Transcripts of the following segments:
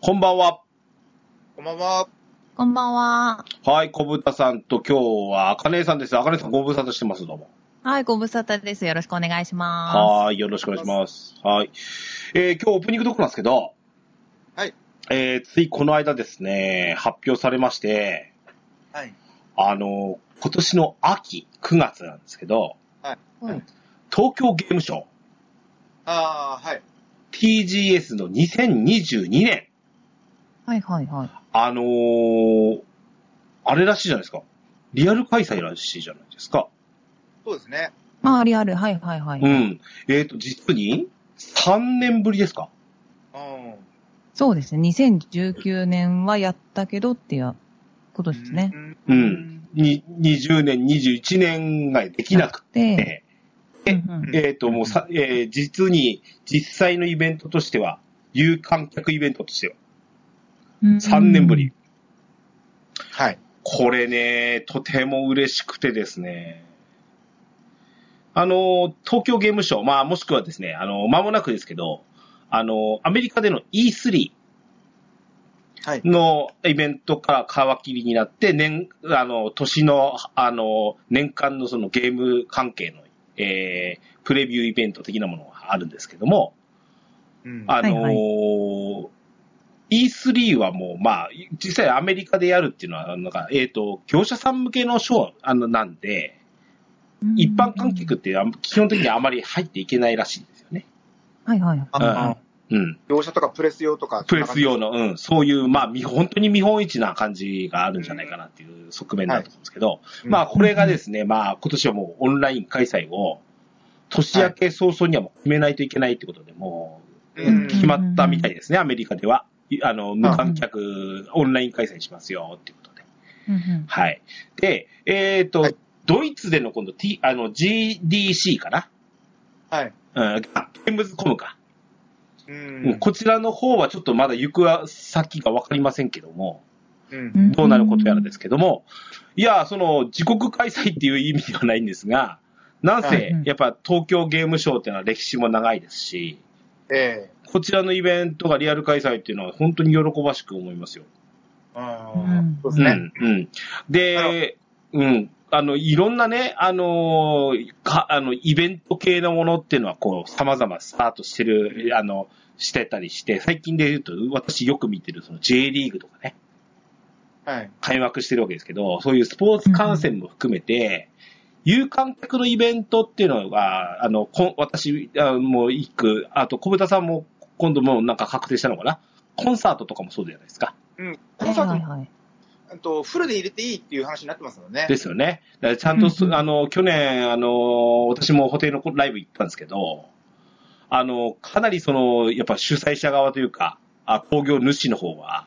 こんばんは。こんばんは。こんばんは。はい、小豚さんと今日は、あかねさんです。あかねさんご無沙汰してます、どうも。はい、ご無沙汰です。よろしくお願いしまはーい、よろしくお願いします。はい。えー、今日オープニングトークなんですけど、はい。えー、ついこの間ですね、発表されまして、はい。あの、今年の秋、9月なんですけど、す。はい。東京ゲームショウああ、はい。 TGS の2022年、はい、はい、はい。あのー、あれらしいじゃないですか。リアル開催らしいじゃないですか。そうですね。まあ、リアル。はい、はい、はうい。ん。えっ、と、実に3年ぶりですかうん。そうですね。2019年はやったけどっていうことですね。。う。に20年、21年ができなくで、て、うえんえっ、と、もうさ、えー実に実際のイベントとしては、有観客イベントとしては、うん3年ぶり。。はい。これね、とても嬉しくてですね。あの、東京ゲームショウ、まあもしくはですね、あの、間もなくですけど、あの、アメリカでの E3 はい。のイベントから皮切りになって、年、あの、年の、あの、年間のそのゲーム関係の、えー、プレビューイベント的なものがあるんですけども、うんあのーはい E3 はもう、まあ、実際アメリカでやるっていうのは、なんか、えっ、と、業者さん向けのショーあのなんで、うん一般観客ってあん基本的にあまり入っていけないらしいんですよね。はい、はい。あうんうん。業者とかプレス用とか。プレス用の、うん、そういう、まあ、見本当に見本市な感じがあるんじゃないかなっていう側面だと思うんですけど、うん。まあ、これがですね、まあ、今年はもうオンライン開催を、年明け早々にはもう決めないといけないってことで、もう、うん決まったみたいですね、アメリカでは。いあの、無観客、オンライン開催しますよ、っていうことで。うんうんはい。で、えっ、と、はいドイツでの今度 T、あの、GDC かなはい。うん、あゲームズコムか、ううんん。こちらの方はちょっとまだ行く先がわかりませんけども、うん。どうなることやらですけども、いや、その、自国開催っていう意味ではないんですが、なんはせい、やっぱ東京ゲームショーっていうのは歴史も長いですし、ええ。こちらのイベントがリアル開催っていうのは本当に喜ばしく思いますよ。うん。そううですん、うね。ん。で、うん。あの、いろんなね、あのーか、あの、イベント系のものっていうのは、こう、様々スタートしてる、あの、してたりして、最近で言うと、私よく見てる、その J リーグとかね、はい。開幕してるわけですけど、そういうスポーツ観戦も含めて、有観客のイベントっていうのが、あの、こ私あもう一句、あと小豚さんも今度もうなんか確定したのかなコンサートとかもそうじゃないですか。うん。コはンい、サはい、ーはい。ト、と、フルで入れていいっていう話になってますよね。ですよね。だからちゃんとす、うんあの、去年、あの、私もホテルのライブ行ったんですけど、あの、かなりその、やっぱ主催者側というか、あ工業主の方は、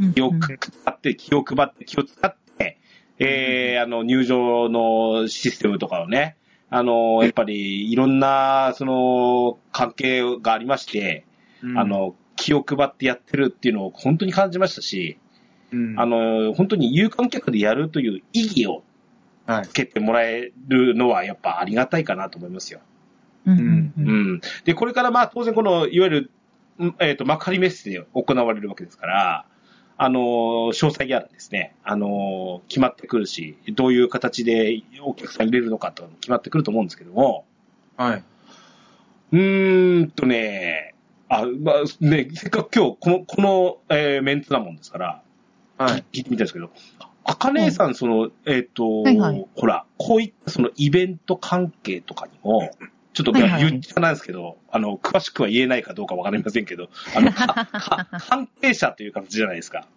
うん気をうん配って、気を配って、気を使って、えー、あの、入場のシステムとかをね、あの、やっぱり、いろんな、その、関係がありまして、うんあ、の、気を配ってやってるっていうのを本当に感じましたし、うんあ、の、本当に有観客でやるという意義をはいつ。けてもらえるのは、やっぱありがたいかなと思いますよ。うんううんん。で、これからまあ当然この、いわゆる、うんえっ、と、幕張メッセで行われるわけですから、あのー、詳細やらですね、あのー、決まってくるし、どういう形でお客さん入れるのかというのも決まってくると思うんですけども、はい。うーんとね、あ、まあ、ね、せっかく今日この、この、えーメンツなもんですから、はい。聞いてみたんですけど、あかねえさん、その、えっ、と、はいはいほら、こういったそのイベント関係とかにも、ちょっと、はいまあはい言っちゃなんですけど、あの、詳しくは言えないかどうかわかりませんけど、あの、か か関係者という形じゃないですか。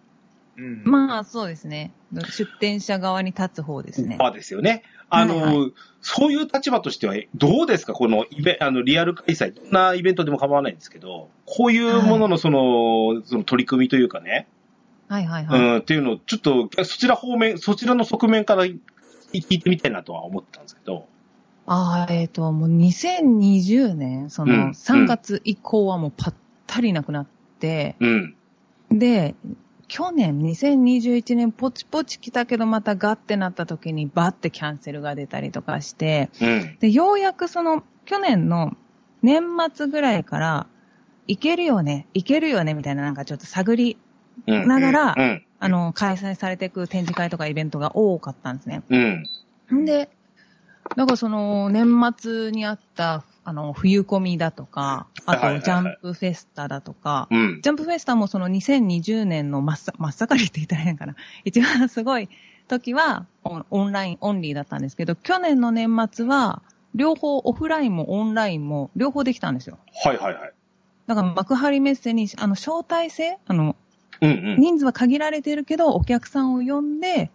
うんまあ、そうですね。出店者側に立つ方ですね。まあですよね。あの、はいそういう立場としては、どうですかこのイベ、あの、リアル開催、どんなイベントでも構わないんですけど、こういうもののその、その取り組みというかね、はい、はい、うはい。ん、っていうのを、ちょっと、そちら方面、そちらの側面から聞いてみたいなとは思ってたんですけど、ああ、えっと、もう2020年、そうんの3月以降はもうぱったりなくなって、うん。で、去年2021年ポチポチ来たけどまたガッてなった時にバッてキャンセルが出たりとかして、うん。で、ようやくその去年の年末ぐらいからいけるよね、いけるよね、みたいななんかちょっと探りうん。ながら、うん。あの、開催されていく展示会とかイベントが多かったんですね。うん。んで、なんかその、年末にあった、あの、冬コミだとか、あはいはいはいと、ジャンプフェスタだとか、うん。ジャンプフェスタもその2020年の真っさ、真っ盛りって言ったら変かな。一番すごい時はオン、オンライン、オンリーだったんですけど、去年の年末は、両方オフラインもオンラインも両方できたんですよ。はいはいはい。だから幕張メッセに、あの、招待制あの、うんうん。人数は限られてるけど、お客さんを呼んで、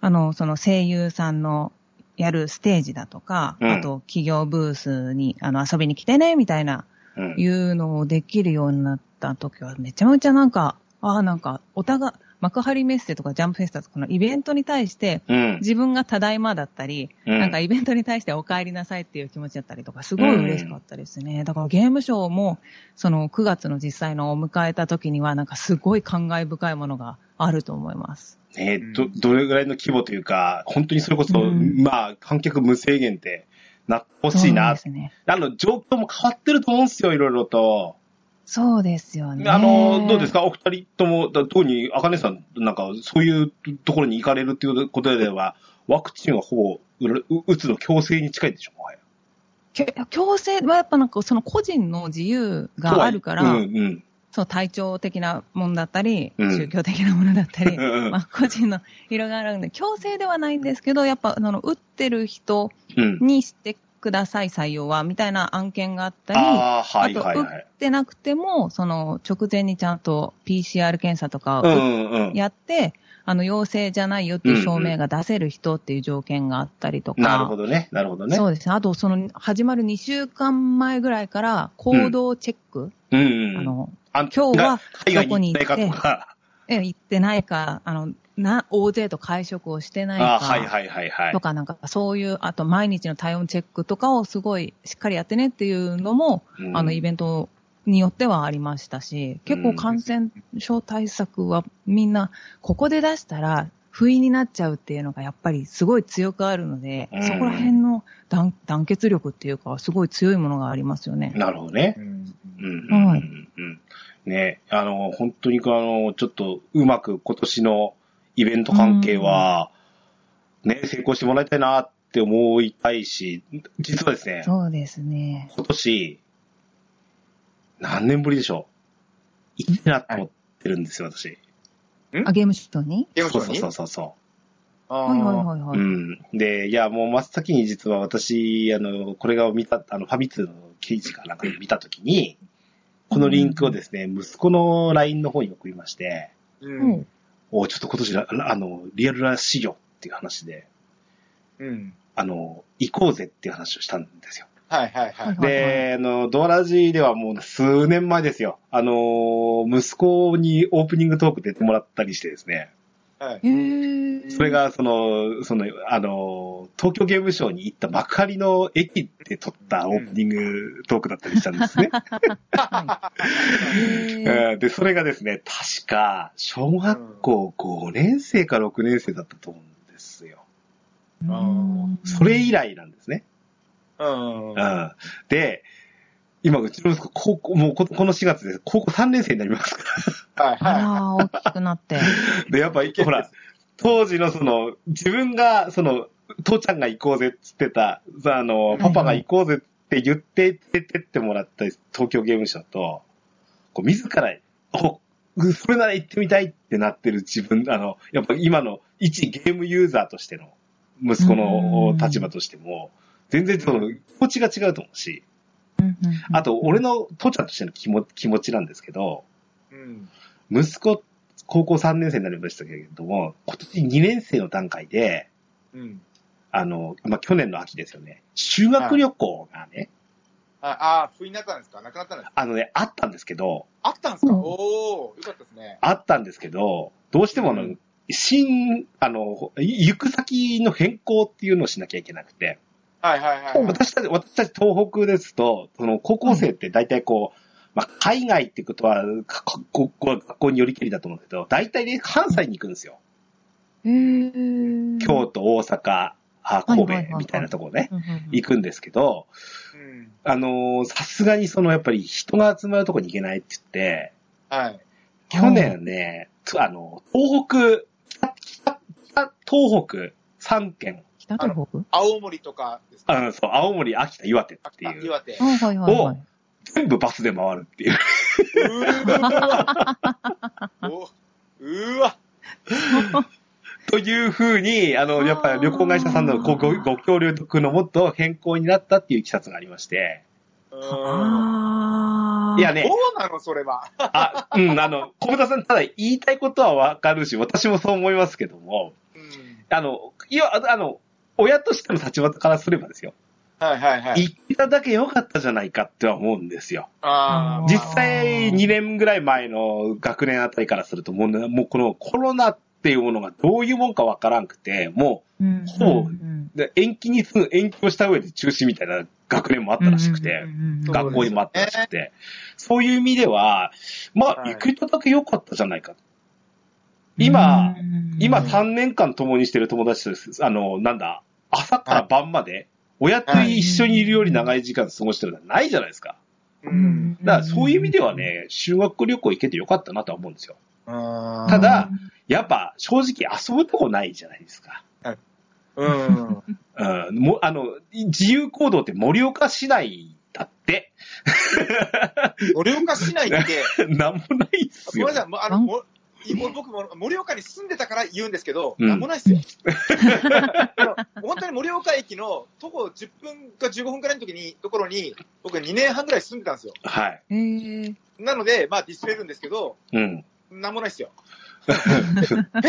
あの、その声優さんのやるステージだとか、うんあと企業ブースに、あの、遊びに来てね、みたいな、うんいうのをできるようになった時は、めちゃめちゃなんか、ああ、なんか、お互い、幕張メッセとかジャンプフェスタとかのイベントに対して、うん。自分がただいまだったり、うんなんかイベントに対してお帰りなさいっていう気持ちだったりとか、すごい嬉しかったですね。だからゲームショーも、その9月の実際のを迎えた時には、なんかすごい感慨深いものがあると思います。ねど、どれぐらいの規模というか、本当にそれこそ、うんまあ、観客無制限ってなってほしいそうなで。すね。あの、状況も変わってると思うんですよ、いろいろと。そうですよね。あの、どうですかかお二人とも、だ特に、あかねさん、なんか、そういうところに行かれるっていうことでは、ワクチンはほぼ、う打つの強制に近いでしょ、もはや強制はやっぱなんかその個人の自由とがはいあるから、うんうん。そう体調的なものだったり、うん宗教的なものだっ たり、うんうんまあ個人の色があるんで、強制ではないんですけど、やっぱ、あの、打ってる人うん。にしてください、採用は、みたいな案件があったり、ああ、はいあとはい打はっい。てなくても、その直前にちゃんと PCR 検査とかうをんうん。やって、あの陽性じゃないよっていう証明が出せる人っていう条件があったりとか、なるほどね。なるほどね。。そううですね、あとその始まる2週間前ぐらいから行動チェック、ん、うん。あのあ、今日は海外に行ったかとどこに行っか。え行ってないか、あのな大勢と会食をしてないあか。あ、はいはいはいはいと。かなんかそういう、あと毎日の体温チェックとかをすごいしっかりやってねっていうのも、うんあのイベントによってはありましたし、結構感染症対策はみんなここで出したら不意になっちゃうっていうのがやっぱりすごい強くあるので、うんそこら辺の団団結力っていうかすごい強いものがありますよね。なるほどね。うんうん。はいうんうんね、あの、本当に、あの、ちょっとうまく今年のイベント関係は、ね、成功してもらいたいなって思いたいし、実はですね、そうですね。今年、何年ぶりでしょう。行きたいなと思ってるんですよ、私。あ、ゲームショーにゲーそうムショーそうそうそにうそあーはいはいはいはう。い。うん。で、いや、もう真っ先に実は私、あの、これが見た、あの、ファミ通の記事かなんかで見たときに、このリンクをですね、息子の LINE の方に送りまして、うんうんおちょっと今年ら、あの、リアルらしいよっていう話で、うん。あの、行こうぜっていう話をしたんですよ。はいはいはい。はいはいで、あの、ドアラジではもう数年前ですよ。あの、息子にオープニングトーク出てもらったりしてですね、はい。へーそれ、が、その、その、あの、東京ゲームショウに行った幕張の駅で撮ったオープニングトークだったりしたんですね。はいへーうんで、それがですね、確か、小学校5年生か6年生だったと思うんですよ。うんそれ以来なんですね。うん。うんうんで、今、うちの息子、高校、もうここの4月で、高校3年生になりますかはいあはら、大きくなって。ら。で、やっぱ、ほら、当時のその、自分が、その、父ちゃんが行こうぜっつってた、さあの、いパパが行こうぜって言って、出てってもらった東京ゲームショウと、こう、自ら、お、それなら行ってみたいってなってる自分、あの、やっぱ今の一ゲームユーザーとしての、息子のうん立場としても、全然その、気持ちが違うと思うし、うんうんうんあと、俺の父ちゃんとしての気も気持ちなんですけど、い。うん。息子、高校3年生になりましたけれども、今年2年生の段階で、うん。あの、まあ、去年の秋ですよね、修学旅行がね、ああー、不意になったんですかなくなったんですかあのね、あったんですけど、あったんですかうんおー、よかったですね。あったんですけど、どうしてもあの、うん新、あの、行く先の変更っていうのをしなきゃいけなくて、はいはいはいはい。私たち、私たち東北ですと、その高校生って大体こう、まあ、海外ってことは、かかここは学校によりけりだと思うんですけど、大体ね、関西に行くんですよ。へー京都、大阪、あいは神いはいはい戸みたいなところね、うんうんうん行くんですけど、うん。あのーさすがにその、やっぱり人が集まるとこに行けないって言って、はい。去年ね、つあの、東北、北北東北3県、北東北青森とかですかあの、そう、青森、秋田、岩手ってあいう、岩手あ。はいはいはい。全部バスで回るっていう。 うー おうわというふうに、あの、やっぱり旅行会社さんのごごご協力のもっと変更になったっていう経緯がありまして。うーんああ。いやね。どね、うなのそれは。あ、うん、あの、小田さん、ただ言いたいことはわかるし、私もそう思いますけども、うんあの、いや、ああの、親としての立場からすればですよ。はいはいはい。行っただけ良かったじゃないかっては思うんですよ。あー実際2年ぐらい前の学年あたりからすると、もうね、もうこのコロナっていうものがどういうもんかわからんくて、もうん。ほうんうで延期にすぐ延期をした上で中止みたいな学年もあったらしくて。うんうんうんうんそう学校にもあったらしくて、そういう意味では、まあ、はい行く人だけ良かったじゃないか。今、うん今うん3年間共にしてる友達とです、あの、なんだ、朝から晩まで、親と一緒にいるより長い時間過ごしてるのはないじゃないですか。うん。だからそういう意味では、ね、修学旅行行けてよかったなとは思うんですよ。たただ、やっぱ正直遊ぶとこないじゃないですか。うん。うん、もあの、自由行動って盛岡市内だって、 盛岡市内って、なんもないっすごめんよな。さい、もうあの、うんも僕も盛岡に住んでたから言うんですけど、うんなんもないっすよ。 あの本当に盛岡駅の徒歩10分か15分くらいの時に、ところに、僕2年半くらい住んでたんですよ。はい。えー、なので、まあディスれるんですけど、うん。なんもないっ すよ。ペ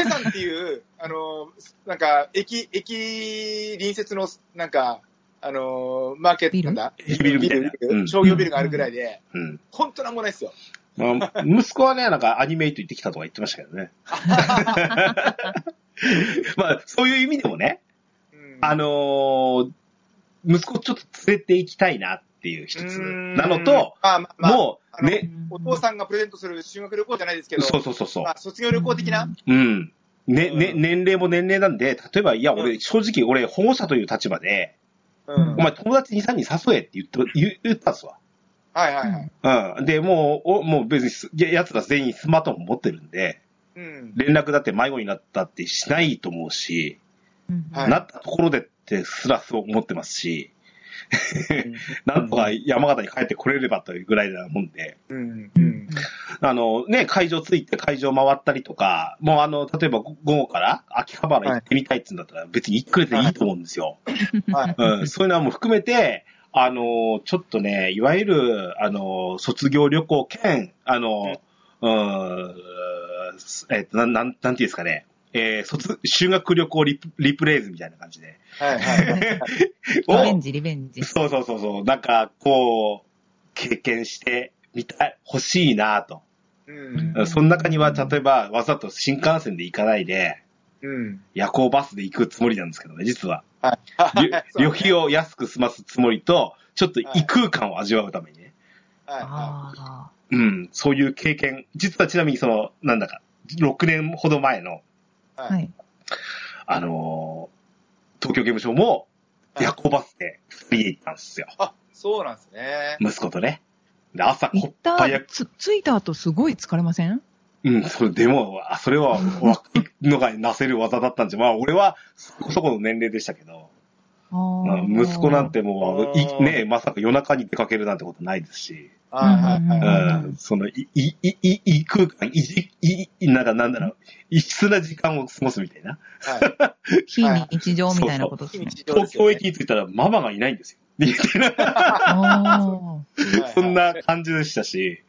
さんっていう、あの、なんか、駅、駅隣接の、なんか、あの、マーケットなんだビルみたいなビルうん商業ビルがあるぐらいで、うん。本当なんもないっすよ。まあ、息子はね、なんかアニメイト行ってきたとか言ってましたけど ね。 まあ、そういう意味でもね、うんあのー息子ちょっと連れて行きたいなっていう一つうんなのと、、まあまあまあもあうのね、お父さんがプレゼントする修学旅行じゃないですけど、そうそうそうそうま、あ、卒業旅行的な、うん。ね、ね、うん年齢も年齢なんで、例えば、いや、う俺、正直、俺、保護者という立場で、うんお前、友達2、3人誘えって言って、言言ったんですわ。はいはいはい。うん。で、もう、おもう別にす、や奴ら全員スマートフォン持ってるんで、うん。連絡だって迷子になったってしないと思うし、うんはいなったところでってすらそう思ってますし、なんとか山形に帰ってこれればというぐらいなもんで、うん。ううんん。あのね、会場着いて会場回ったりとか、もうあの、例えば午後から秋葉原行ってみたいって言うんだったら別に行ってくれていいと思うんですよ。はい。 うん、そういうのも含めて、あの、ちょっとね、いわゆる、あの、卒業旅行兼、あの、うん、えっと、なん、なん、なんていうんですかね、えー、卒、修学旅行リプリプレイズみたいな感じ で、はいはい。リベンジ、リベンジ。そうそうそうそう。なんか、こう、経験してみたい、欲しいなと。うん。その中には、例えば、わざと新幹線で行かないで、うん。夜行バスで行くつもりなんですけどね、実は。はい旅旅費を安く済ますつもりと、ちょっと異空間を味わうためにね。はいはあうん、そういう経験。実はちなみに、その、なんだか、6年ほど前の、い。あ。は。はいい。あのー東京刑務所も、夜行バスで2人で行ったんですよ。あ、そうなんですね。息子とね。で、朝、行こっったぱや、つ、着いた後すごい疲れませんうん、それでも、あそれは、わ、のがなせる技だったんじゃ、まあ、俺は、そこそこの年齢でしたけど、あまあ、ー息子なん。てもう、あいーね、まさか夜中に出かけるなんてことないですし、はいはいはうい。ん、その、い、い、い、い、い空間、いじ、い、いなんか、なんだろう、異質な時間を過ごすみたいな。はい。非日常みたいなことですね。東京駅に着いたら、ママがいないんですよ。みたいなあそんな感じでしたし、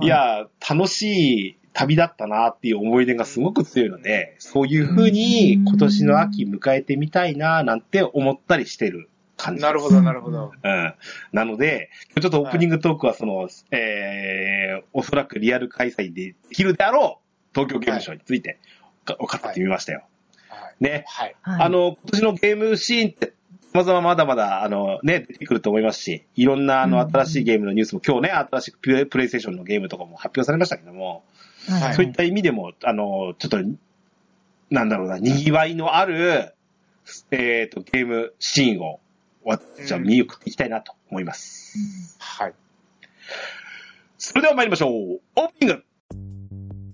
ーい、や、楽しい旅だったなっていう思い出がすごく強いので、そういうふうに今年の秋迎えてみたいななんて思ったりしてる感じです。なるほどなるほど。うん。なので、ちょっとオープニングトークはその、えー、おそらくリアル開催できるであろう東京ゲームショーについて、か語ってみましたよ。はい。ね。はい。ああ、の、今年のゲームシーンって、まざまだまだ、あの、ね、出てくると思いますし、いろんな、あの、うん新しいゲームのニュースも、今日ね、新しくプレイプレイステーションのゲームとかも発表されましたけども、はそういった意味でも、あの、ちょっと、なんだろうな、賑わいのある、えっ、と、ゲームシーンを、私は見送っていきたいなと思います。はい。それでは参りましょう。オープニング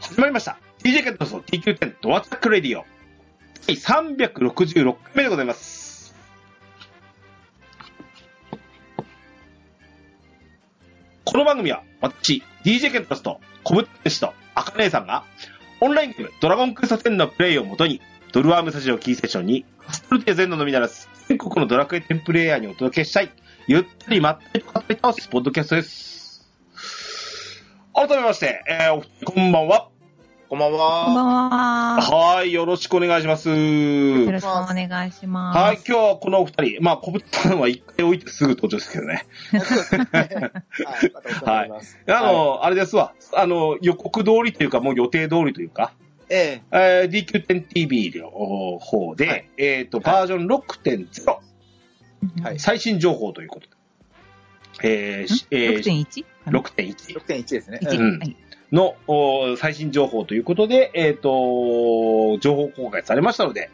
始まりました。DJ ケットスの TQ10 ドアタックレディオ。第366回目でございます。この番組は私、DJ ケントスと小太氏と赤姉さんがオンラインゲームドラゴンクエスト10のプレイをもとにドルワームスタジオキーセッションにカストルティア全土のみならず全国のドラクエ10プレイヤーにお届けしたいゆったりまったり語り倒すポッドキャストです。改めまして、えーお二人こんばんは。こんばんこんばは。んは。はい、よろしくお願いします。よはろしくお願いします。い、今日はこのお二人、まあ、小渕さんは一回置いてすぐ登場ですけどね。はい。またお世話になります。あの、あれですわ、あの、予告通りというか、もう予定通りというか、ええー、DQ10TV の方で、はいえっ、と、バージョン6.0、はういん最新情報ということで、えーしえー、 6.1? かなえ6.1 6.1ですね。 1うんうんはいのお最新情報ということで、えっ、と、情報公開されましたので、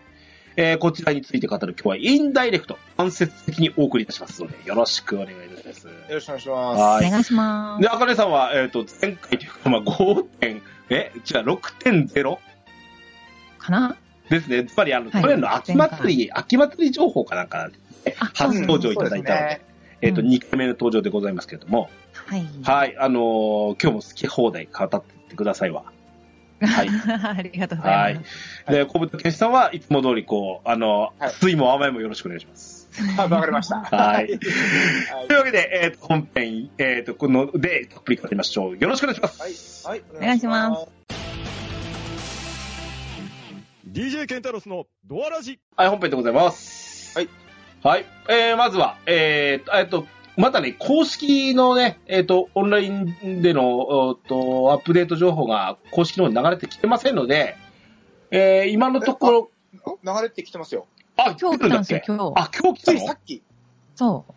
えーこちらについて語る今日はインダイレクト、間接的にお送りいたしますので、よろしくお願いいたします。よろしくお願いしまはおい。願いしますで、。あかねさんは、えっ、と、前回というか、まあ、5点、え、じゃあ 6.0? かなですね。つまり、あの、はい去年の秋祭り、秋祭り情報かなんかなんで、あす。初登場いただいたので、えっ、と、うん2回目の登場でございますけれども、はい。はい、あのー今日も好き放題語ってってくださいわ。はい ありがとうございます。で、小太健さんはいつも通り、こう、あの、はい酸いも甘いもよろしくお願いします。はいわかりました。はい。といはうわけで、えっ、と、本編、えっ、と、この、で、たっぷり語りましょう。よろしくお願いします。い。はい。お。願いします DJ ケンタロスのドアラジはい、本編でございます。はい。はい。えー、まずは、えー、えっと、またね、公式のね、えっ、と、オンラインでの、おーっと、アップデート情報が公式の方に流れてきてませんので、えー、今のところ、お流れてきてますよ。あ、今来るん日来ただんっですよけ、今日。あ、今日来つたいのさっき、そう。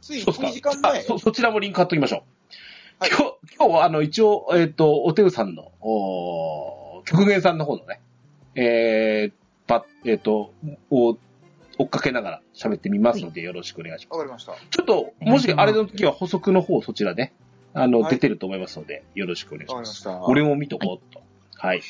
ついそうっすか1時間前。あそ、そちらもリンク貼っときましょう。はい今日、今日はあの、一応、えっ、と、おてうさんの、おー極限さんの方のね、えー、ば、えっ、と、を追っかけながら喋ってみますので、よろしくお願いしまわかりました。す。ちょっと、もしあれの時は補足の方、そちらね、あの、はい出てると思いますので、よろしくお願いしわかりまます。した。俺も見とこうっと。はい。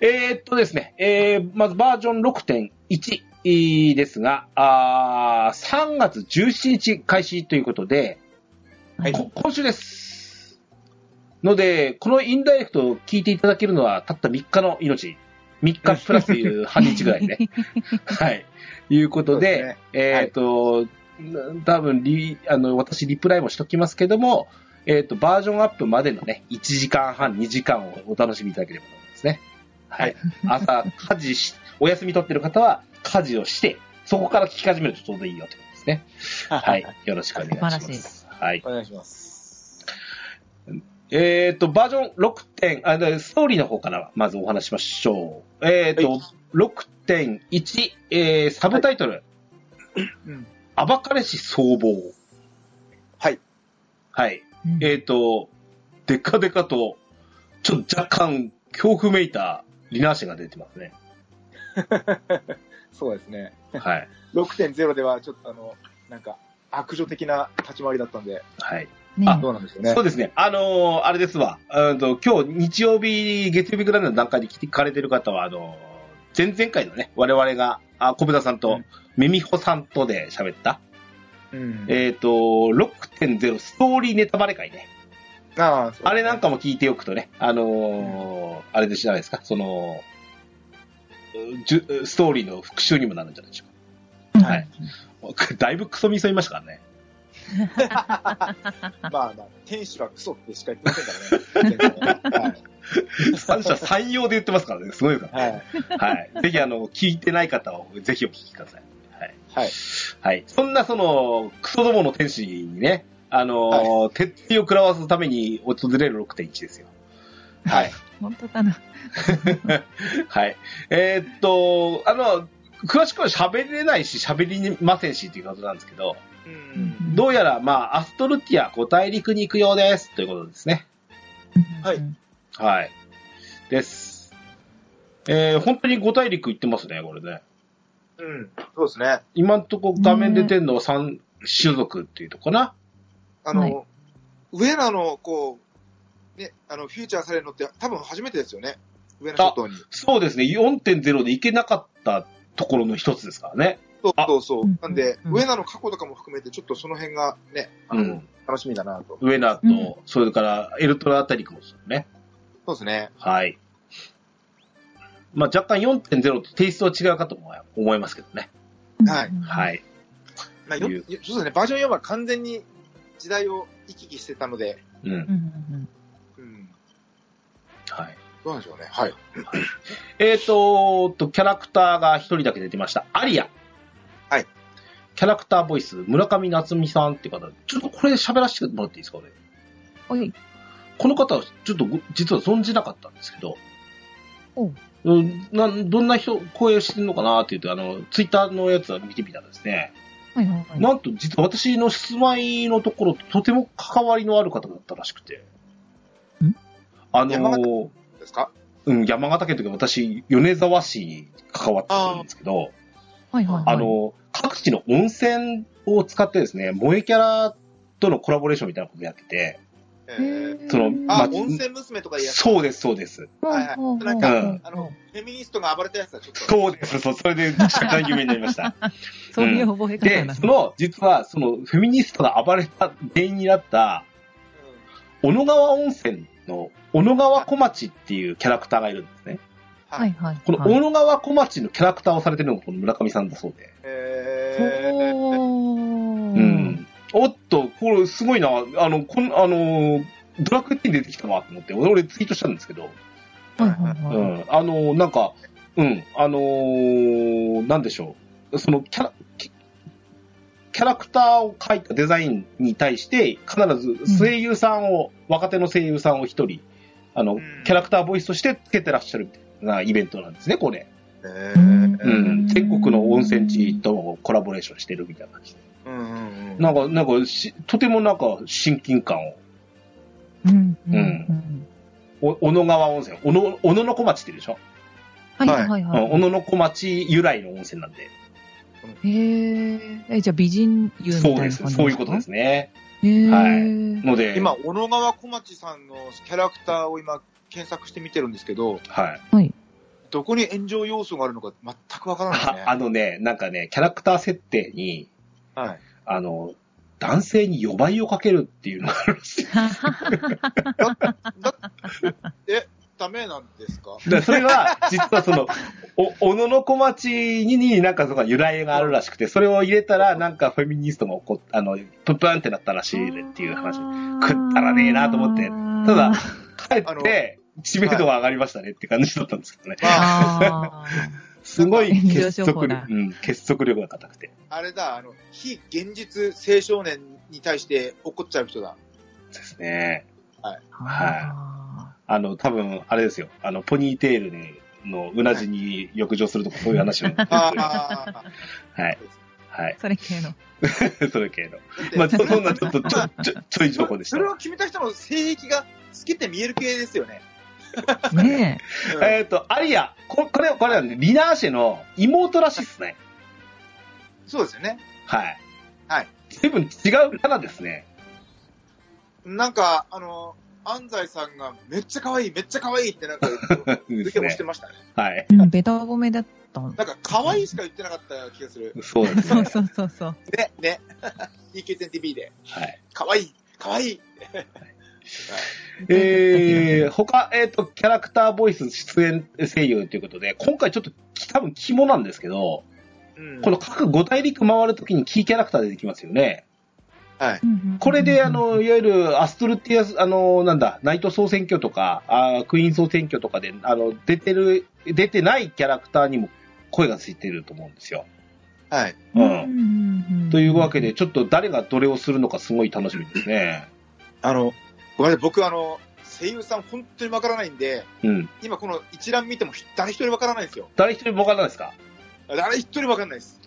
えーっとですね、えー、まずバージョン6.1ですが、あー3月17日開始ということで、はいこ今週です。ので、このインダイレクトを聞いていただけるのはたった3日の命。3日プラスという半日ぐらいね。はい。いうことそうでで、えっ、と、な多分リ、あの、私リプライもしときますけども、えっ、と、バージョンアップまでのね、1時間半、2時間をお楽しみいただければと思いますね。はい。朝、家事し、お休み取ってる方は、家事をして、そこから聞き始めるとちょうどいいよってことですね。はい。よろしくお願いしま素晴らしす。はい。お願いします。えっ、と、バージョン6点、あ、でストーリーの方からまずお話ししましょう。えっ、と、はい6.1、えー、サブタイトル、うん。暴かれし総合。はい。はい。うんえっ、と、でかでかと、ちょっと若干、恐怖めいたリナーシェが出てます ね。そうですね。はい。 6.0ではちょっとあの、なんか、悪女的な立ち回りだったんで、はい。ねあどうなんでしょうねそう。ですね。あのーあれですわ。うんと今日、日曜日、月曜日ぐらいの段階で聞かれてる方は、あのー前々回のね、我々が、あ、小豚さんうとん、ミミホさんとで喋った、うん。えっ、と、6.0ストーリーネタバレ会ね。ああ、あれなんかも聞いておくとね、あのーあれでじゃないですか、その、うじゅストーリーの復習にもなるんじゃないでしょうんはいうか。 だいぶクソみそ言いましたからね。まあまあ、天使はクソってしか言ってませんからね。三者三様で言ってますからね、すごいから。はい。 はい。ぜひ、あの、聞いてない方は、ぜひお聞きください。はい。はい。はい。そんな、その、クソどもの天使にね、あのー、鉄槌を食らわすために訪れる6.1ですよ。はい。本当かな。はい。えーっと、あの、詳しくは喋れないし、喋りませんし、ということなんですけど、うん。どうやら、まあ、アストルティア、五大陸に行くようです。ということですね。はいはい。です。えー、本当に五大陸行ってますね、これね。うん。そうですね。今んとこ画面出てんのは三種族っていうとこかな。あの、はい上野の、こう、ね、あの、フューチャーされるのって多分初めてですよね。上野諸島に。そうですね、4.0で行けなかったところの一つですからね。そうあそうそううん。なんで、うん上野の過去とかも含めて、ちょっとその辺がね、あの、うん楽しみだなと。ウェナうーん。と、それからエルトラあたりもそうね。そうですね。はい。まあ若干4.0とテイストは違うかとも思いますけどね。はいはいい。まあ、よいうよそうですね。バージョン4は完全に時代を行き来してたので、うん。うんうんうん。はい。どうなんでしょうね。はい。えーと、と、キャラクターが一人だけ出てました。アリア。はい。キャラクターボイス、村上夏美さんって方、ちょっとこれ喋らせてもらっていいですかね。うん。おい。この方はちょっとご実は存じなかったんですけど、おううんなんどんな人、声をしてるのかなって言って、あの、ツイッターのやつは見てみたらですね、はいはいはい。なんと実は私の住まいのところととても関わりのある方だったらしくてん、あ山の形、ですかうん、山形県というか私、米沢市に関わってるんですけど、はいはいはい。あ、の、各地の温泉を使ってですね、萌えキャラとのコラボレーションみたいなことをやってて、えー、へーそのまあ、温泉娘とかいやつ。そうです、そうです。はいはいほうほうほうなんかあの、フェミニストが暴れたやつはちょっと。そうです、そう、それで、社会有名になりま した。そういう覚え方で、なその、実は、その、フェミニストが暴れた原因になった、うん小野川温泉の、小野川小町っていうキャラクターがいるんですね。はいはい。この小野川小町のキャラクターをされてるのがこの村上さんだそうで。えーおうー。ん。おっと、これすごいな、あの、こん、あの、ドラクエ10出てきたわと思って、俺俺ツイートしたんですけど、はいはいはうい。ん。あの、なんか、うん、あのーなんでしょう。そのキャラ、キキャラクターを描いたデザインに対して、必ず声優さんを、若手の声優さんを一人、あの、んキャラクターボイスとしてつけてらっしゃるみたいなイベントなんですね、これ。えうーん。全国の温泉地とコラボレーションしてるみたいな感じで。うんうんうんなんか、なんかし、とてもなんか親近感を。うんうんうんお小野川温泉。小野、小野の小町って言うでしょ、はいはいうん、小は野の小町由来の温泉なんで。い。へーえ、じゃあ美人湯そみたいなう感でじす。そういうことですね。へーはので、今、小野川小町さんのキャラクターを今、検索してみてるんですけど、はい。はい。どこに炎上要素があるのか全くわからないですね あ。あのね、なんかね、キャラクター設定に、はい。あの、男性に呼ばいをかけるっていうのがあるらしい。ダメなんですかだからそれは、実はその、お、小野の小町に、になんかその由来があるらしくて、それを入れたら、なんかフェミニストが怒っあの、プンプンってなったらしいねっていう話。食ったらねえなと思ってたただ、帰って、知名度が上がりましたねって感じだったんですけどね。まあ、あ すごい炎上結商束法力だ、うん、結束力が高くて。あれだ、あの、非現実青少年に対して怒っちゃう人だ。ですね。ーはあの、多分、あれですよ。あの、ポニーテールにのうなじに浴場するとか、そういう話を。は あい。はい。それ系の。それ系の。あ。 まあ、だっそてそんなちょっと、ちょ、ちょ、ちょい情報でしそたれ。を決めた人の性癖が透けて見える系ですよね。ねうんえっと、アリア、ここれ、これはね、リナーシェの妹らしいっすね。そうですよね。はい。はい。随分違う方ですね。なんか、あの、安西さんがめっちゃ可愛い、めっちゃ可愛いってなんか、で受すけもしねて。ましたね。はい。え。うんベタ褒めだったのなんか、可愛いしか言ってなかった気がする。そうですそうね。そうそうそう。ね、ね。EK10TV で。はい。可愛い、可愛い。えー、他、えっ、と、キャラクターボイス出演声優ということで、今回ちょっとき多分肝なんですけど、うんこの各五大陸回るときにキーキャラクター出てきますよね。はい。これで、あ、の、いわゆるアストルティアス、あの、なんだ、ナイト総選挙とか、あークイーン総選挙とかで、あの、出てる、出てないキャラクターにも声がついてると思うんですよ。はい。うんんというわけで、、ちょっと誰がどれをするのかすごい楽しみですね。あの、ごめんなさい、僕、あの、声優さん本当にわからないんで、うん。今この一覧見ても誰一人わからないんですよ。誰一人もわからないですか誰一人わかんないです。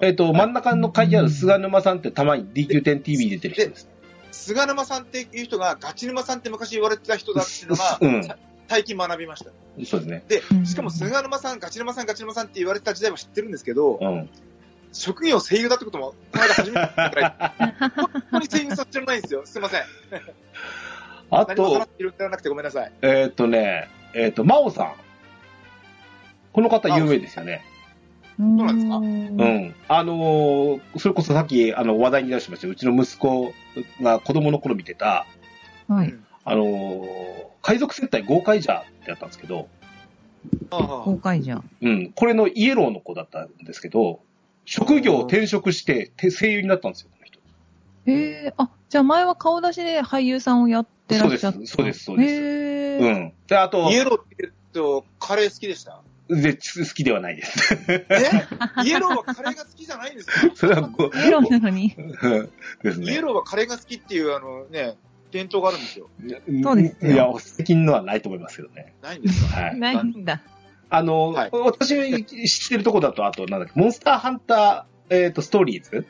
えっ、と、真ん中の書いてある菅沼さんってたまに DQ10TV 出てる人です。菅沼さんっていう人が、ガチ沼さんって昔言われてた人だっていうのが、 うんさ最近学びました。そうですね。しかもす菅沼さん、ガチ沼さん、ガチ沼さんって言われてた時代は知ってるんですけど、うん。職業声優だってことも、この間初めて知ったから、本当に声優さん知らないんですよ。すいません。あ何もと、話してるんじゃなくてごめんなさい。えっ、とね、えっ、と、真央さん。この方有名ですよね。そうなんですかうかん。あのーそれこそさっき、あの、話題に出しましたようちの息子が子供の頃見てた、はい。あのー海賊戦隊豪快じゃってやったんですけど、あ公開じゃん。うん。これのイエローの子だったんですけど、職業を転職して、て声優になったんですよ、この人。えー、あ、じゃあ前は顔出しで俳優さんをやってらっしゃった。そうですそうですそうへうーん。で、ああとイ、エローって言うと、カレー好きでしたで好きではない です。 えイエローはカレーが好きじゃないんですかそれはご、イエローなの に。うんですイエね。ローはカレーが好きっていう、あのね、伝統があるんですよ。そうですよいや、最近のはないと思いますけどね。ないんで すかはい。ないんだ。あの、はい私知ってるとこだと、あと、なんだっけ、モンスターハンター、えっ、と、ストーリーズ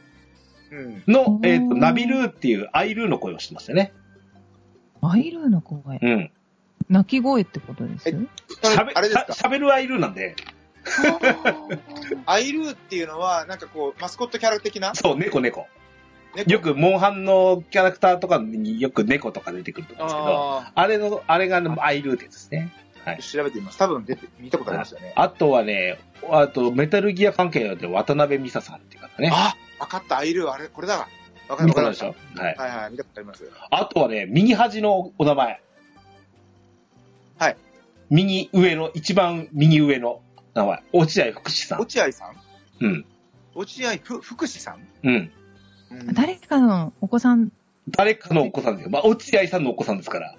うん。のお、ーえっ、と、ナビルーっていう、アイルーの声をしてましたね。アイルーの声。うん。泣き声ってことですえあれあれでしすゃかしゃべるアイルーなんで、アイルーっていうのは、なんかこう、マスコットキャラ的なそう、猫猫。猫よく、モンハンのキャラクターとかによく猫とか出てくると思うんですけど、ああれの、あれがアイルーってやつですね。あ、調べてみます。多分出て、見たことありますよね。あとはね、あと、メタルギア関係で渡辺美沙さんっていう方ね。あ、わかった、アイルー、あれ、これだわ。わかり見たこまとあるし。でしたょはい。はいはい、見たことあります。あとはね、右端のお名前。はい。右上の、一番右上の名前。落合福士さん。落合さんうん。落合ふ福士さん、うん。うん誰かのお子さん、誰かのお子さんですよ。まあ、落合さんのお子さんですから。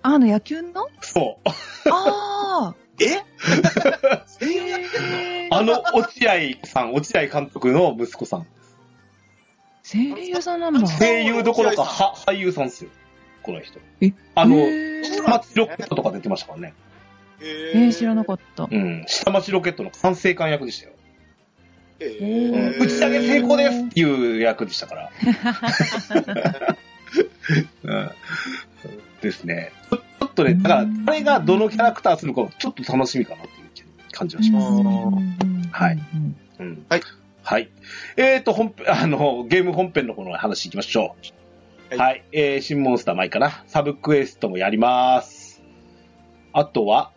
あの野 球の そう。ああえへ声優やえあの落合さん、落合監督の息子さん。声優さんなんだ。声優どころか、 落合さは俳優さんですよ。この人。えあの、へ下ー町ロケットとか出てましたからね。ええー、知らなかっった。うん。下町ロケットの完成官役でしたよ。た。うえんー打ち上げ成功ですっていう役でした から。うんですね。ちょちょっとね、だから、誰がどのキャラクターするかもちょっと楽しみかなっていう感じはします。はいうんはい。はい。えーと、本 編、あの、ゲーム本編の方の話いきましょう。は。はいいえー新モンスター前かな。サブクエストもやります。あとは、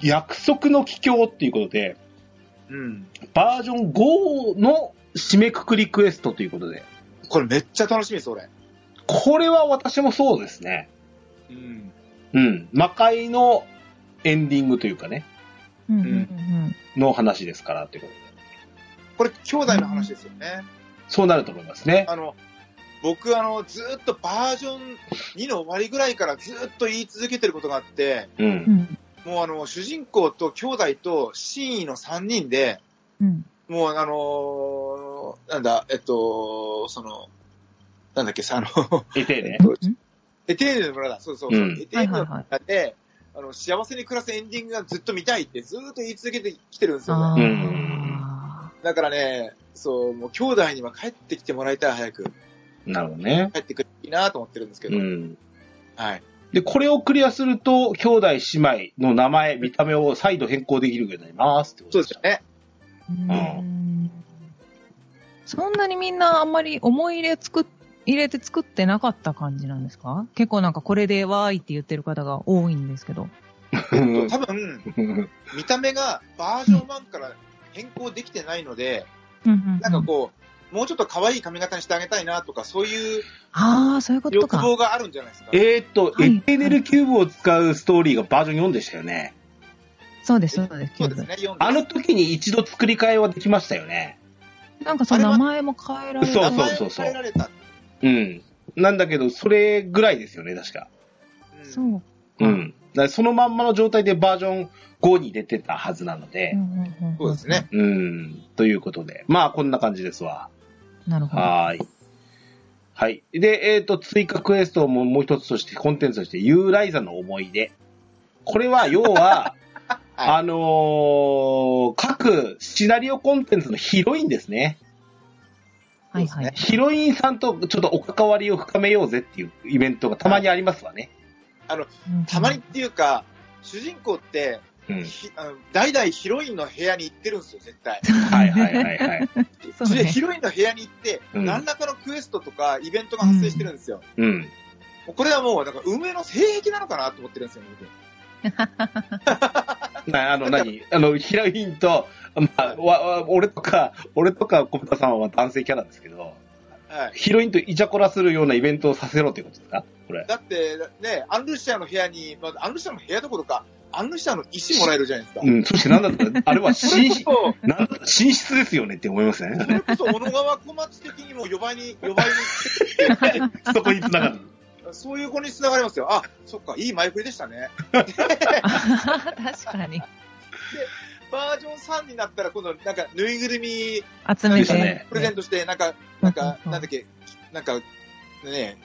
約束の帰郷っていうことで、うん。バージョン5の締めくくりクエストということで、これめっちゃ楽しみです、俺。これは私もそうですね。うん。うん。魔界のエンディングというかね、うんうんうんの話ですからということで。これ、兄弟の話ですよね。そうなると思いますね。 あの、僕、あの、ずーっとバージョン2の終わりぐらいからずーっと言い続けてることがあって、う。うんんもうあの、主人公と兄弟と真意の3人で、うんもうあのーなんだ、えっと、その、なんだっけさ、あの、得てね。うん エテーヌの村だ。そうそうそう。うんエテーヌの村で、あの、幸せに暮らすエンディングがずっと見たいってずーっと言い続けてきてるんですよあね。あだからね、そう、もう兄弟には帰ってきてもらいたい、早く。なるほどね。帰ってくるといいなと思ってるんですけうど。ん。はい。で、これをクリアすると、兄弟姉妹の名前、見た目を再度変更できるようになりますってこそとうですよね。うんそんなにみんなあんまり思い入れ作っ入れて作ってなかった感じなんですか結構なんかこれでわーいって言ってる方が多いんですけど。ね。多分、見た目がバージョン1から変更できてないので、なんかこう、もうちょっと可愛い髪型にしてあげたいなとか、そういうああ、そういうこと欲か。望があるんじゃないですか。 えーっと、はいエテーネルキューブを使うストーリーがバージョン4でしたよね。そうです、そうです。そうですね、読んで。あの時に一度作り替えはできましたよね。なんかその名前も変えられそうた。そうそうそう名前変えられた。うん。なんだけど、それぐらいですよね、確か。うんそう。うん。だからそのまんまの状態でバージョン5に出てたはずなのでうん、うんんそうですね。。うん。ということで。まあ、こんな感じですわ。なるほど。はーい。はい。で、えっ、と、追加クエストももう一つとして、コンテンツとして、ユーライザの思い出。これは、要は、 はいあのー各シナリオコンテンツのヒロインですね。はいはそうい。ヒロインさんとちょっとお関わりを深めようぜっていうイベントがたまにありますわね。うんたまにっ。ていうか、主人公って、うん。ひあの代々ヒロインの部屋に行ってるんですよ、絶対。はいはいはい はい。 そうねでヒロインの部屋に行って、うん何らかのクエストとかイベントが発生してるんですよ。うん。もうこれはもう、なんか運命の性癖なのかなと思ってるんですよ、ね、僕なあの何、あの、ヒロインと、まあ、わわ俺とか、俺とか小豚さんは男性キャラですけど、はい。ヒロインとイチャコラするようなイベントをさせろってことですかこれ。だって、ね、アンルシアの部屋に、まあ、アンルシアの部屋どころか、アンルシアの石もらえるじゃないですか。うん。そしてなんだったら、あれはそれ寝こ 室、そ、なんだったら寝室ですよねって思いません それこそ小野川小町的にも呼ばいに、呼ばいにそこに繋がる。そういう子に繋がりますよ。あ、そっか、いい前振りでしたね。 確かに。バージョン3になったら、今度、なんか、ぬいぐるみ集めですてね。プレゼントして、なんか、なんか、なんだっけ、なんか、ねえ、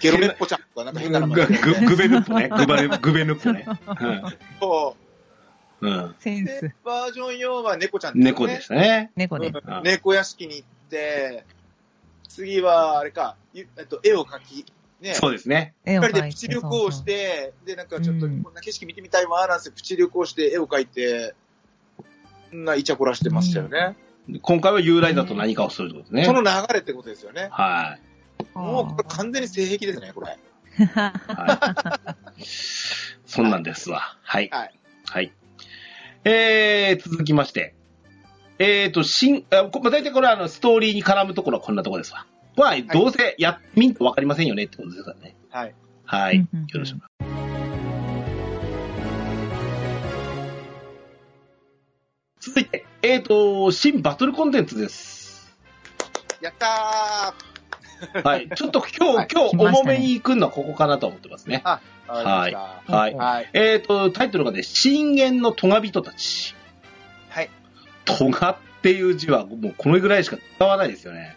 ゲロメッポちゃんとか、なんか変な名前ぐぐぐべぬっぽね。ぐばれぐべぬっぽね。そうん。うん。セうンでス。、バージョン4は猫ちゃん猫でしたね。猫で。うん猫屋敷に行って、次は、あれか、ゆえっと、絵を描き、ね、そうですね。絵を二人描でいて。プチ旅行をして、で、なんかちょっと、うんこんな景色見てみたいわ、なんて、プチ旅行して、絵を描いて、こんなイチャコラしてましたよね。今回は由来だと何かをするってことですそのね。流れってことですよね。はい。そうそう。もう、これ完全に性癖ですね、これ。はい。そんなんですわ。はい。はい。はい。えー、続きまして。えーと、新、あこまあ、大体これはあの、ストーリーに絡むところはこんなところですわ。これはどうせやってみんとわかりませんよねってことですからね。はい。はい。うよんうんうんろしく。続いて、えーと、新バトルコンテンツです。やった はい。ちょっと今日、はい今日来まし重ためねに行くのはここかなと思ってますね。ーわかりま しはいた。はい。えー、と、タイトルがね、深淵のトガ人たち。はい。トガっていう字は、もうこのぐらいしか使わないですよね。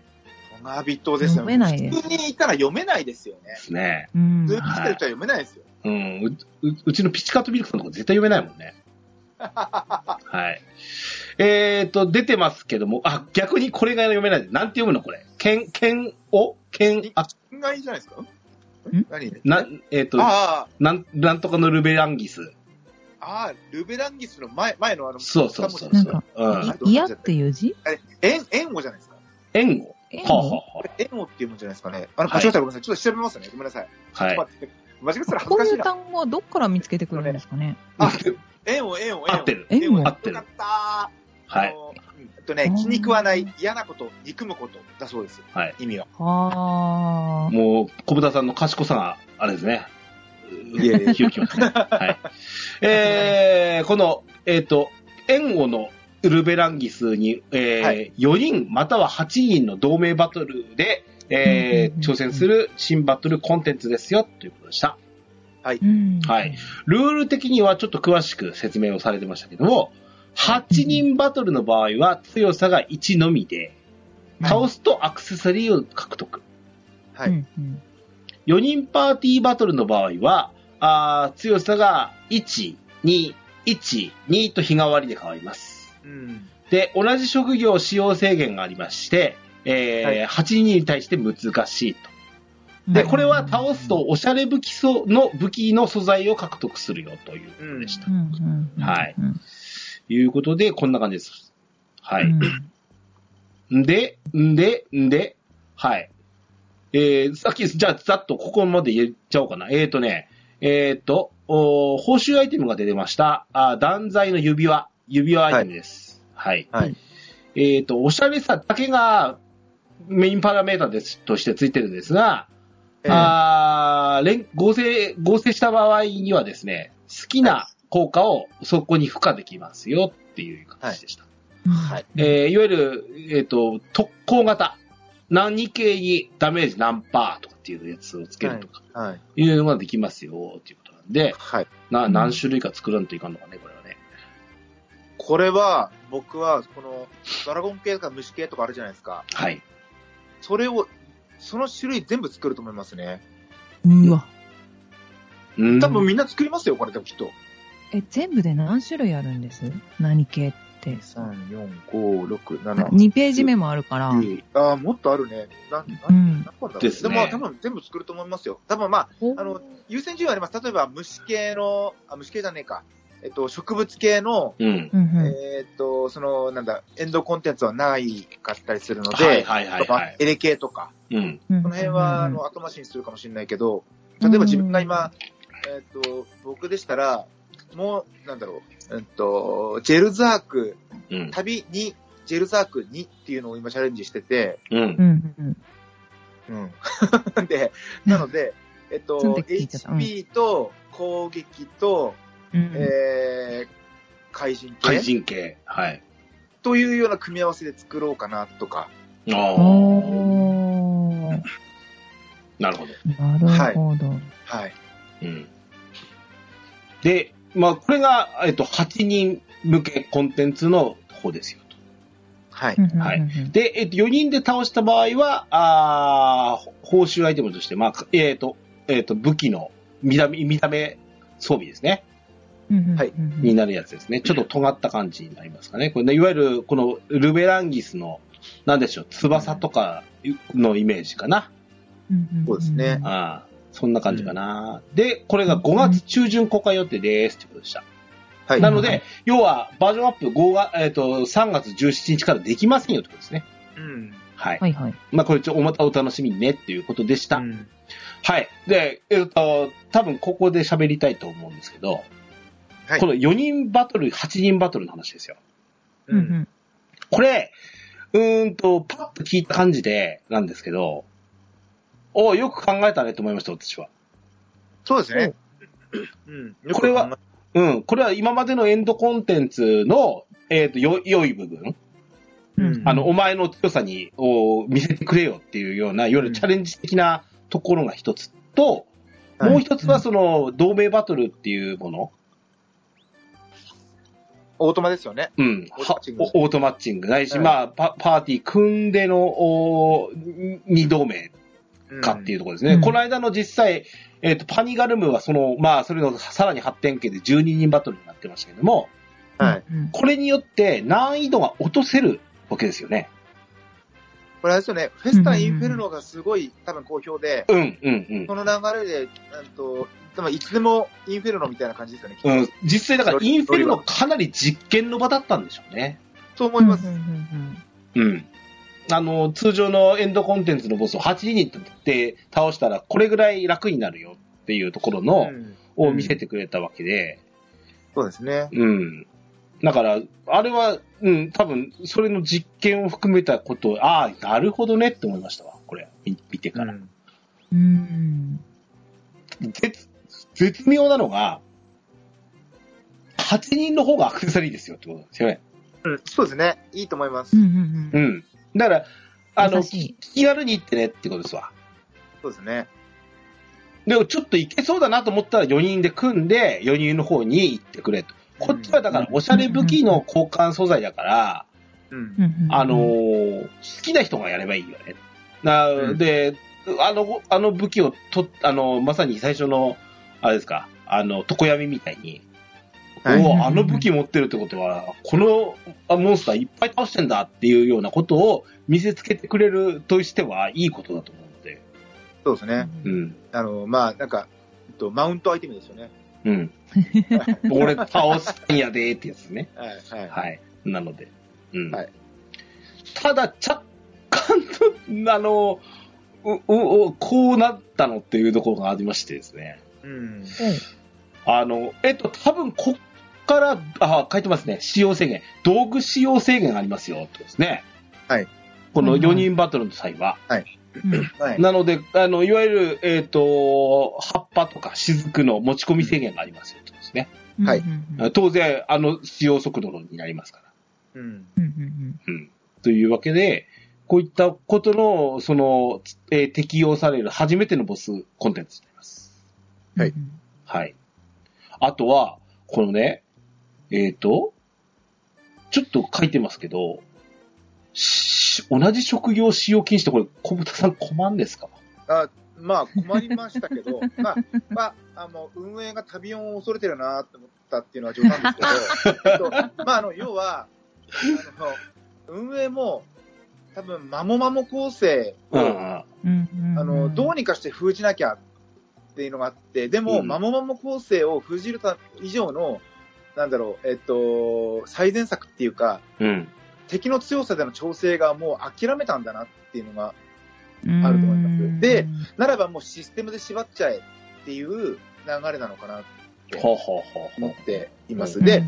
トガビトですよ読めないです普通に言ったら読めないですよねで。すね。うん普通に来てる人は読めないですよ。うん。う、ううちのピチカートミルクさんとか絶対読めないもんね。はい。えー、と、出てますけども、あ、逆にこれが読めない。なんて読むのこれ。けん、けんおけん、あ、意外じゃないですか何な、えー、と、あなん、なんとかのルベランギス。あ、ああ、ルベランギスの前、前のあの、そうそうそうなそんうか。うん。い嫌っていう字円、円語じゃないですか。援護。えはあ、はあは円語っていうもんじゃないですかね。あの、はい間違えたらごめんなさい。ちょっと調べますね。ごめんなさい。あ、はい。待って間違えたら恥ずかこういしいうな。単語はどっから見つけてくるんですかね円を、円を、合ってる円を。円を合ってるよかったー。 はいあ。の。うんえっとね、気に食わない、嫌なこと、憎むことだそうです。はい。意味は。はあ。もう、小豚さんの賢さが、あれですね。いやいや響きましたね。 はい。えー、この、えっ、と、援護のウルベランギスに、えーは4人または8人の同盟バトルで、えーうんうんうんうん挑戦する新バトルコンテンツですよ、ということでした。うんはい。ルール的にはちょっと詳しく説明をされてましたけども、8人バトルの場合は強さが1のみで、倒すとアクセサリーを獲得。はうい。んうん4人パーティーバトルの場合は、あー強さが1、2、1、2と日替わりで変わります。うん。で、同じ職業使用制限がありまして、えーはい8人に対して難しいと。で、これは倒すとおしゃれ武器その武器の素材を獲得するよということでした。うんうんうんはいうんいうことで、こんな感じです。はい。うんんで、んで、んで、はい。えー、さっき、じゃあ、ざっとここまで言っちゃおうかな。えーとね、えーと、おー報酬アイテムが出てました。あー断罪の指輪。指輪アイテムです。はい。はい。えーと、おしゃれさだけがメインパラメータですとしてついてるんですが、えーあー連合成、合成した場合にはですね、好きな効果をそこに付加できますよっていう形でした。はい。えーいわゆる、えっ、と、特攻型。何系にダメージ何パーとかっていうやつをつけるとか、はい。いうのができますよ、っていうことなんで、はい。な、うん何種類か作らんといかんのかね、これはね。これは、僕は、この、ドラゴン系とか虫系とかあるじゃないですか。はい。それを、その種類全部作ると思いますね。うわ。うん多分みんな作りますよ、これでもきっと。え、全部で何種類あるんです何系って。 3、4、5、6、あ7。 2ページ目もあるから。うんああ、もっとあるね。な、うな、ん。何個あるんだろう、ですねでも多分全部作ると思いますよ。多分まあ、あの優先順位はあります。例えば虫系の、あ、虫系じゃねえか。えっと、植物系の、うん。うんうん。えーっと、その、なんだ、エンドコンテンツはないかったりするので、はいはいはいとはかい。エレ系とか、うん。ここの辺は、あの、後回しにするかもしれないけど、例えば自分が今、えーっと、僕でしたら、もう、なんだろう、えーっと、ジェルザーク、うん。旅に、ジェルザーク2っていうのを今チャレンジしてて、うんう。んうん うん。で、なので、えっと、その時聞いてたうん HP と攻撃と、うん。えー、怪人系怪人系。はい。というような組み合わせで作ろうかなとか。ああ。おー。なるほど。なるほど。はい。うん。で、まあ、これが、えっと、8人向けコンテンツの方ですよ。はい。うんうんうんはいで、えっと、4人で倒した場合は、あー報酬アイテムとして、まあ、えっ、と、えっ、と、武器の見た目、見た目装備ですね。うんうん。はいうんになるやつですね。ちょっと尖った感じになりますかね。これね、いわゆる、このルベランギスの、なんでしょう、翼とかのイメージかな。うん。そうですねあーそんな感じかな。で、これが5月中旬公開予定です。ってことでした。はい。なので、要は、バージョンアップ5が、えっ、と、3月17日からできませんよってことですね。うん。はい。はいはい。まあ、これちょ、またお楽しみにねっていうことでした。うんはい。で、えっと、多分ここで喋りたいと思うんですけど、はいこの4人バトル、8人バトルの話ですよ。う。うんんこれ、うーんと、パッと聞いた感じで、なんですけど、おーよく考えたねと思いました、私は。そうですね。うん。これはよく考うん。これは今までのエンドコンテンツの、えっ、と、よ、良い部分、え、うんうんあの、、お前の強さに、を見せてくれよっていうような、いわゆるチャレンジ的なところが一つと、はいもう一つはその、同盟バトルっていうもの、オートマですよね。うん。オートマッチングはおオートマッチングないし、はい。まあパ、パーティー組んでの、おー二同盟かっていううところですね。うんこの間の実際、えっ、と、パニガルムはその、まあ、それのさらに発展系で12人バトルになってましたけども、はい。。うんこれによって難易度が落とせるわけですよね。これあれですよね。フェスタ・インフェルノがすごい多分好評で、うん、うん、この流れで、うんと、多分いつでもインフェルノみたいな感じですよね。きっうとん。うん、実際だからそれインフェルノかなり実験の場だったんでしょうね。そう思います。うんうんうんうん。あの、通常のエンドコンテンツのボスを8人って倒したらこれぐらい楽になるよっていうところの、うんを見せてくれたわけで、そうですね。うん。だから、あれは、うん、多分、それの実験を含めたこと、ああ、なるほどねって思いましたわ、これ、み見てから。うんうんうん。絶、絶妙なのが、8人の方がアクセサリーですよってことなんですよね。うんそうですね。いいと思いますうん。うんううん。ん。だから、あの、優しい気気軽に行ってねってことですわ。そうですね。でも、ちょっと行けそうだなと思ったら4人で組んで、4人の方に行ってくれと。こっちはだから、おしゃれ武器の交換素材だから、うんうんうんうんあのー好きな人がやればいいよね。なうんで、あの、あの武器をと、あの、まさに最初の、あれですか、あの、床闇みたいに、はいおおあの武器持ってるってことは、このあモンスターいっぱい倒してんだっていうようなことを見せつけてくれるとしてはいいことだと思うので、そうですね。うん。あの、まあ、なんか、えっと、マウントアイテムですよね。 うん。俺倒したんやでーってやつね。はい、はい。はい。なので。うん。はいただ、若干の、あの、う、う、うこうなったのっていうところがありましてですね。うん。あの、えっと、多分こっから、あ、書いてますね。使用制限。道具使用制限がありますよ、ってことですね。はい。このはいはい4人バトルの際は。うんはい。なので、あの、いわゆる、えっ、と、葉っぱとか雫の持ち込み制限がありますよ、ってことですね。うんはいうんうん当然、あの、使用速度になりますから。うん。うんうんというわけで、こういったことの、その、えー適用される初めてのボスコンテンツになります。うん。はいはい。あとは、このね、えっ、と、ちょっと書いてますけど、し同じ職業使用禁止ってこれ、小豚さん困んですかあまあ、困りましたけど、 まあ、まあ、あの、運営が旅音を恐れてるなと思ったっていうのは冗談ですけ ど、えっとまあ、あの、要は、あの、運営も、多分、まもまも構成を、うん。うんうんうん。あの、どうにかして封じなきゃっていうのがあって、でも、うんまもまも構成を封じるた以上の、なんだろう、えっと、最善策っていうか、うん。敵の強さでの調整がもう諦めたんだなっていうのが、うんあると思いますでうんならばもうシステムで縛っちゃえっていう流れなのかなとほうほうほう思ほっています。うんで、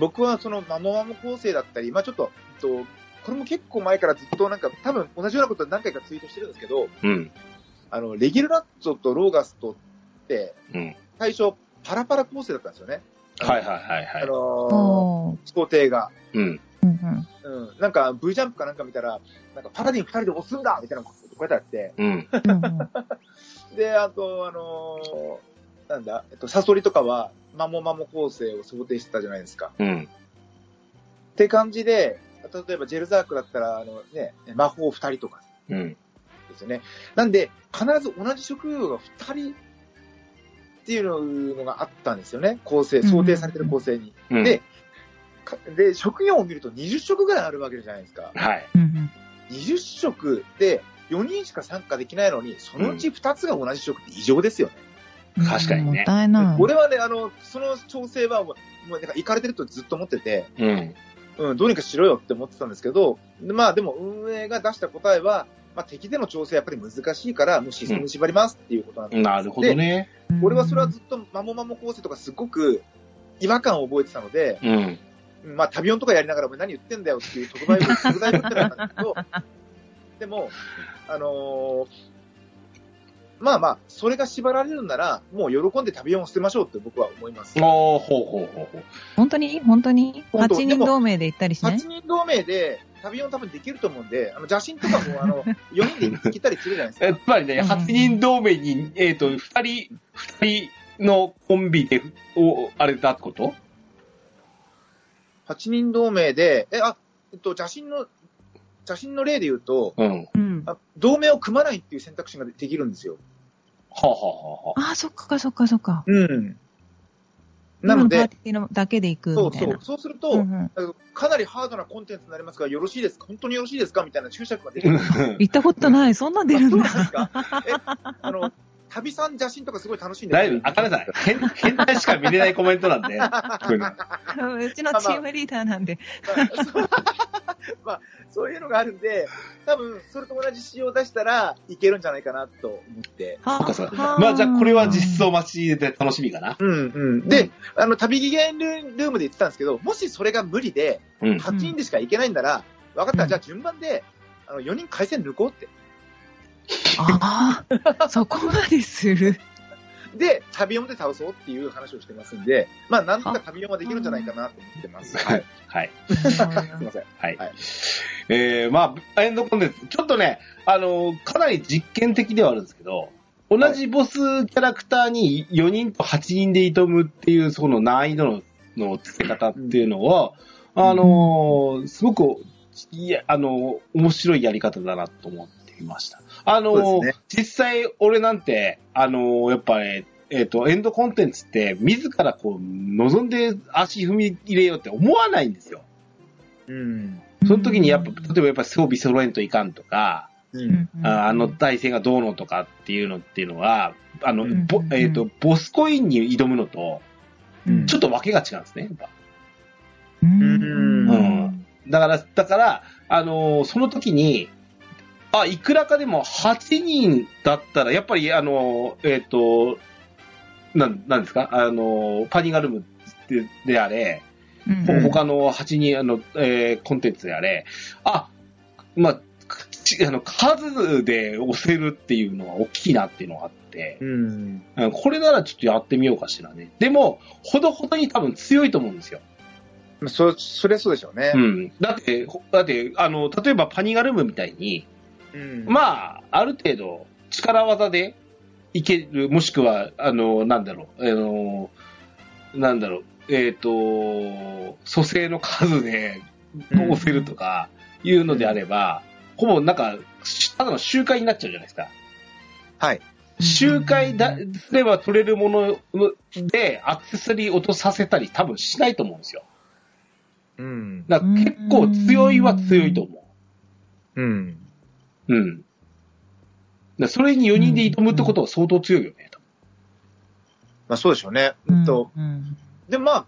僕はそのマモマモ構成だったり、まあちょっと、えっとこれも結構前からずっとなんか多分同じようなこと何回かツイートしてるんですけど、う。うん。あの、レギュラッツォとローガストってうん。最初パラパラ構成だったんですよね。はいはいはいはあい。のおーー、想定が。うん。うんうんうん。なんか V ジャンプかなんか見たら、なんかパラディン二人で押すんだみたいなこと書いてあって、うん。うんうんで、あと、あのーなんだ、えっと、サソリとかは、マモマモ構成を想定してたじゃないですか。うん。って感じで、例えばジェルザークだったら、あのね、魔法二人とかうん。ですよね。なんで、必ず同じ職業が二人っていうのがあったんですよね。構成、想定されてる構成に。うん。でかで、職業を見ると20職ぐらいあるわけじゃないですか。はい。うん20職で4人しか参加できないのに、そのうち2つが同じ職って異常ですよね。うん確かにねもったいない。俺はね、あの、その調整はもう、もうなんか、行かれてるとずっと思ってて、うん。うん、どうにかしろよって思ってたんですけど、でまあでも運営が出した答えは、まあ敵での調整はやっぱり難しいから、もうシステムに縛りますっていうことなんで、なるほどね。俺はそれはずっとマモマモ構成とかすごく違和感を覚えてたので、うん。うんまあ旅音とかやりながらお前何言ってんだよっていう特売を、特売を言ってたんだけど、 でも、あのーまあまあ、それが縛られるなら、もう喜んで旅音を捨てましょうって僕は思います。ああ、ほうほうほうほう。本当に本当に本当 ?8 人同盟で行ったりしない8人同盟で、旅音多分できると思うんで、あの、邪神とかも、あ の、4人で行ったりするじゃないですやかっ。ぱりね、うん8人同盟に、えっ、と、2人、二人のコンビで、お、あれだってこと8人同盟で、え、あ、えっと、邪神の、邪神の例で言うと、うん。はうん。ああ同盟を組まないっていう選択肢ができるんですよ。あ、はあはあはあ。あ、そっかそっかそっか。うん。なの今パーで、ティーのだけで行くそみうたそいなう。。そうするうと、んうんかなりハードなコンテンツになりますが、よろしいですか本当によろしいですかみたいな注釈が出てくる。行ったことない。そんなん出るんあそうなんですだ。かえ、あの、旅さん邪神とかすごい楽しいんですだいよぶ、あかねさん、変、変態しか見れないコメントなんで。こういうの うちのチームリーダーなんで。そうまあ、そういうのがあるんで、多分それと同じ仕様を出したらいけるんじゃないかなと思って。そっかそっはかはまあじゃあこれは実装待ちで楽しみかな。うんうん。うでん、あの、旅ギゲンルルームで言ってたんですけど、もしそれが無理で、うん。 8人でしか行けないんなら、分かっうた、んじゃあ順番で、あの、4人回線抜こうって。ああ、そこまでする。で、旅音で倒そうっていう話をしてますんで、まあ、なんとか旅音はできるんじゃないかなと思ってます。はい。はい。すいません。はい。はいえー、まあ、エンドコンテンツ。ちょっとね、あのーかなり実験的ではあるんですけど、同じボスキャラクターに4人と8人で挑むっていう、その難易度ののつけ方っていうのは、うんあのーすごく、いや、あのー面白いやり方だなと思っていました。あのーそうです実際俺なんて、あのーやっぱり、えっ、と、エンドコンテンツって、自らこう、望んで足踏み入れようって思わないんですよ。うん。その時にやっぱ、うん例えばやっぱ装備揃えんといかんとか、うん。ああの、対戦がどうのとかっていうのっていうのは、あの、うんぼえっ、と、ボスコインに挑むのと、うんちょっとわけが違うんですね、やっぱうんうんだから、だから、あのーその時に、あ、いくらかでも8人だったら、やっぱり、あのーえっ、と、なん、なんですかあのーパニガルムでであれ、うんほうん他の8人、あの、えーコンテンツであれ、あ、まあ、ちあの、数で押せるっていうのは大きいなっていうのがあって、うん。うんこれならちょっとやってみようかしらね。でも、ほどほどに多分強いと思うんですよ。まあそそれはそうでしょうねう。ん。だって、ほだって、あの、例えばパニガルームみたいに、うんまあ、ある程度、力技でいける、もしくは、あの、なんだろう、あの、なんだろう、えっ、と、蘇生の数でうん押せるとかいうのであれば、ほぼなんか、しただの集会になっちゃうじゃないですか。はい。集会だすれば取れるもので、アクセサリー落とさせたり、多分しないと思うんですよ。うん。だから結構強いは強いと思う。うん。うん。だからそれに4人で挑むってことは相当強いよね。まあそうでしょうね。ううんんと、うんで、まあ、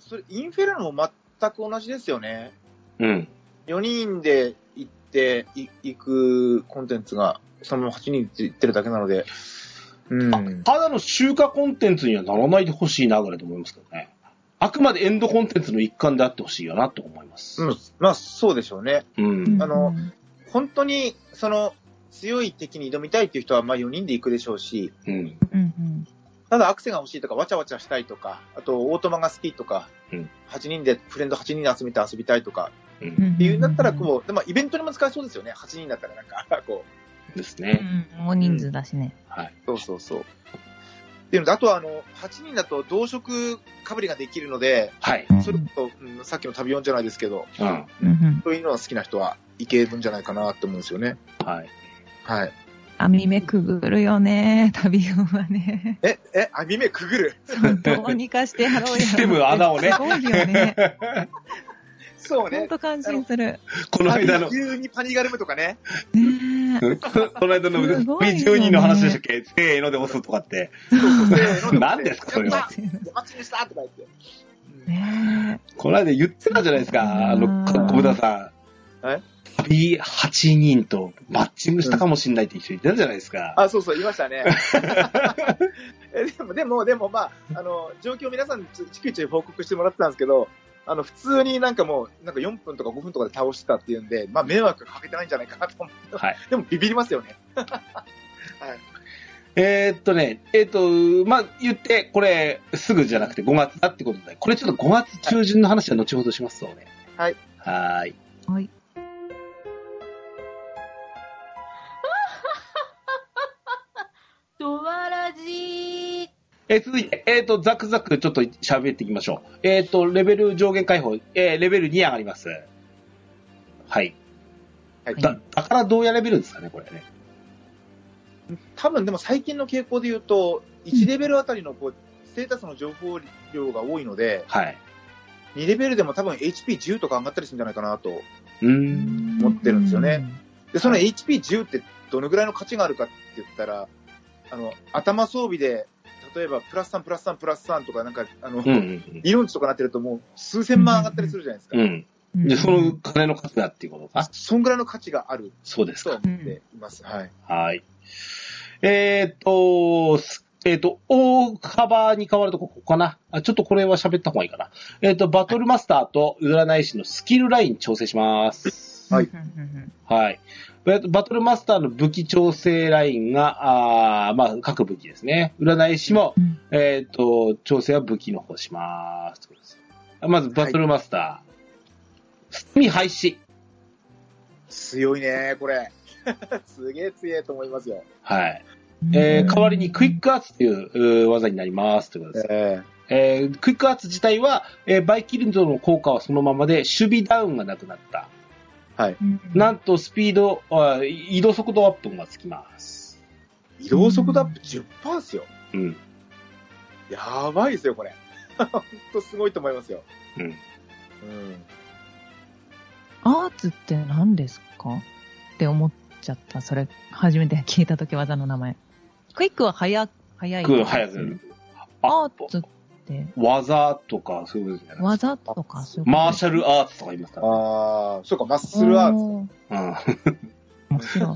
それ、インフェルノも全く同じですよね。うん。 4人で行ってい、行くコンテンツが、そのまま8人で行ってるだけなので。うん。ただの集荷コンテンツにはならないでほしいなぐらいと思いますけどね。あくまでエンドコンテンツの一環であってほしいよなと思います。うんまあそうでしょうね。うん。あの、本当に、その、強い敵に挑みたいっていう人は、まあ4人で行くでしょうし、うん。うんただアクセが欲しいとか、わちゃわちゃしたいとか、あと、オートマが好きとか、うん8人で、フレンド8人で集めて遊びたいとか、う。うんん、っていうんだったら、こう、でもイベントにも使えそうですよね。8人だったらなんか、こですうん、ね。うん、大人数だしねう。んはい。う。そうそうそう。っていうのと、あとはあの、8人だと同色かぶりができるので、はい。それこそ、うんさっきの旅音じゃないですけど、うん。うんうん、そういうのが好きな人はいけるんじゃないかなって思うんですよね。はい。はい。網目くぐるよね、 旅音はね。え、え、網目くぐる。そうどうにかしてやろうよ。システム穴をねすごいよ ね。そうほんね。と感心する。この間の、急にパニガルムとか ね。ねえ。この間のすごいよね12の話でしたっけせーので押すとかって。何ですか、それは。 マッチにしたとか言って。ねこの間言ってたじゃないですか、あの、うん小田さん。え旅8人とマッチングしたかもしれないって人いたじゃないですか。あ、そうそう、言いまし たね。えでも、でも、でも、まあ、あの、状況を皆さんにちちくち報告してもらってたんですけど、あの、普通になんかもう、なんか4分とか5分とかで倒してたっていうんで、まあ、迷惑かけてないんじゃないかなと思って。はい。でも、ビビりますよね。えーっとね、えーっと、まあ、言って、これ、すぐじゃなくて5月だってことで、これちょっと5月中旬の話は後ほどしますそうね。はい。はーい。え。 はい。ドワラジーえー続いて、えーっと、ザクザクちょっと喋っていきましょう。えーっと、レベル上限解放、えーレベル2上がります。はい。はい。だ、だからどうやレベルですかね、これね。多分、でも最近の傾向で言うと、1レベルあたりの、こう、ステータスの情報量が多いので、はい。 2レベルでも多分 HP10 とか上がったりするんじゃないかなと。うーん。持ってるんですよねで、そのは HP10 ってどのぐらいの価値があるかって言ったら、あの、頭装備で、例えばプラス3、プラス3、プラス3とか、なんか、あの、うんうん理論値とかなってるともう数千万上がったりするじゃないですか。うん。うん。うん。で、その金の数だっていうことか。そんぐらいの価値があるそうですとはか。思っています。はい。はい。えーっと、すえーっと、大幅に変わるとこ、ここかな。あ、ちょっとこれは喋った方がいいかな。えーっと、バトルマスターと占い師のスキルライン調整します。はいうんうんはい。えっとバトルマスターの武器調整ラインが、あーまあ、各武器ですね。占い師も、うんえっ、と、調整は武器の方しますってことです。まず、バトルマスター。スミ廃止。強いね、これ。 すげえ強いと思いますよ。はい。うんえー代わりにクイックアーツといううー技になりますということです。ええークイックアーツ自体は、えーバイキルドの効果はそのままで、守備ダウンがなくなった。うんなんとスピード、あー移動速度アップがつきます。え移動速度アップ10%ですよ。うん。やばいですよ、これ。 ほんとすごいと思いますよ。うん。うん。アーツって何ですかって思っちゃった。それ、初めて聞いたとき、技の名前。クイックは早、早い。クイックは早く。アーツって、技とか、そういうことじゃないですか。技とか、そういうことマーシャルアーツとか言いますかああ、そうか、マッスルアーツ。ツ。うん。も ちろん。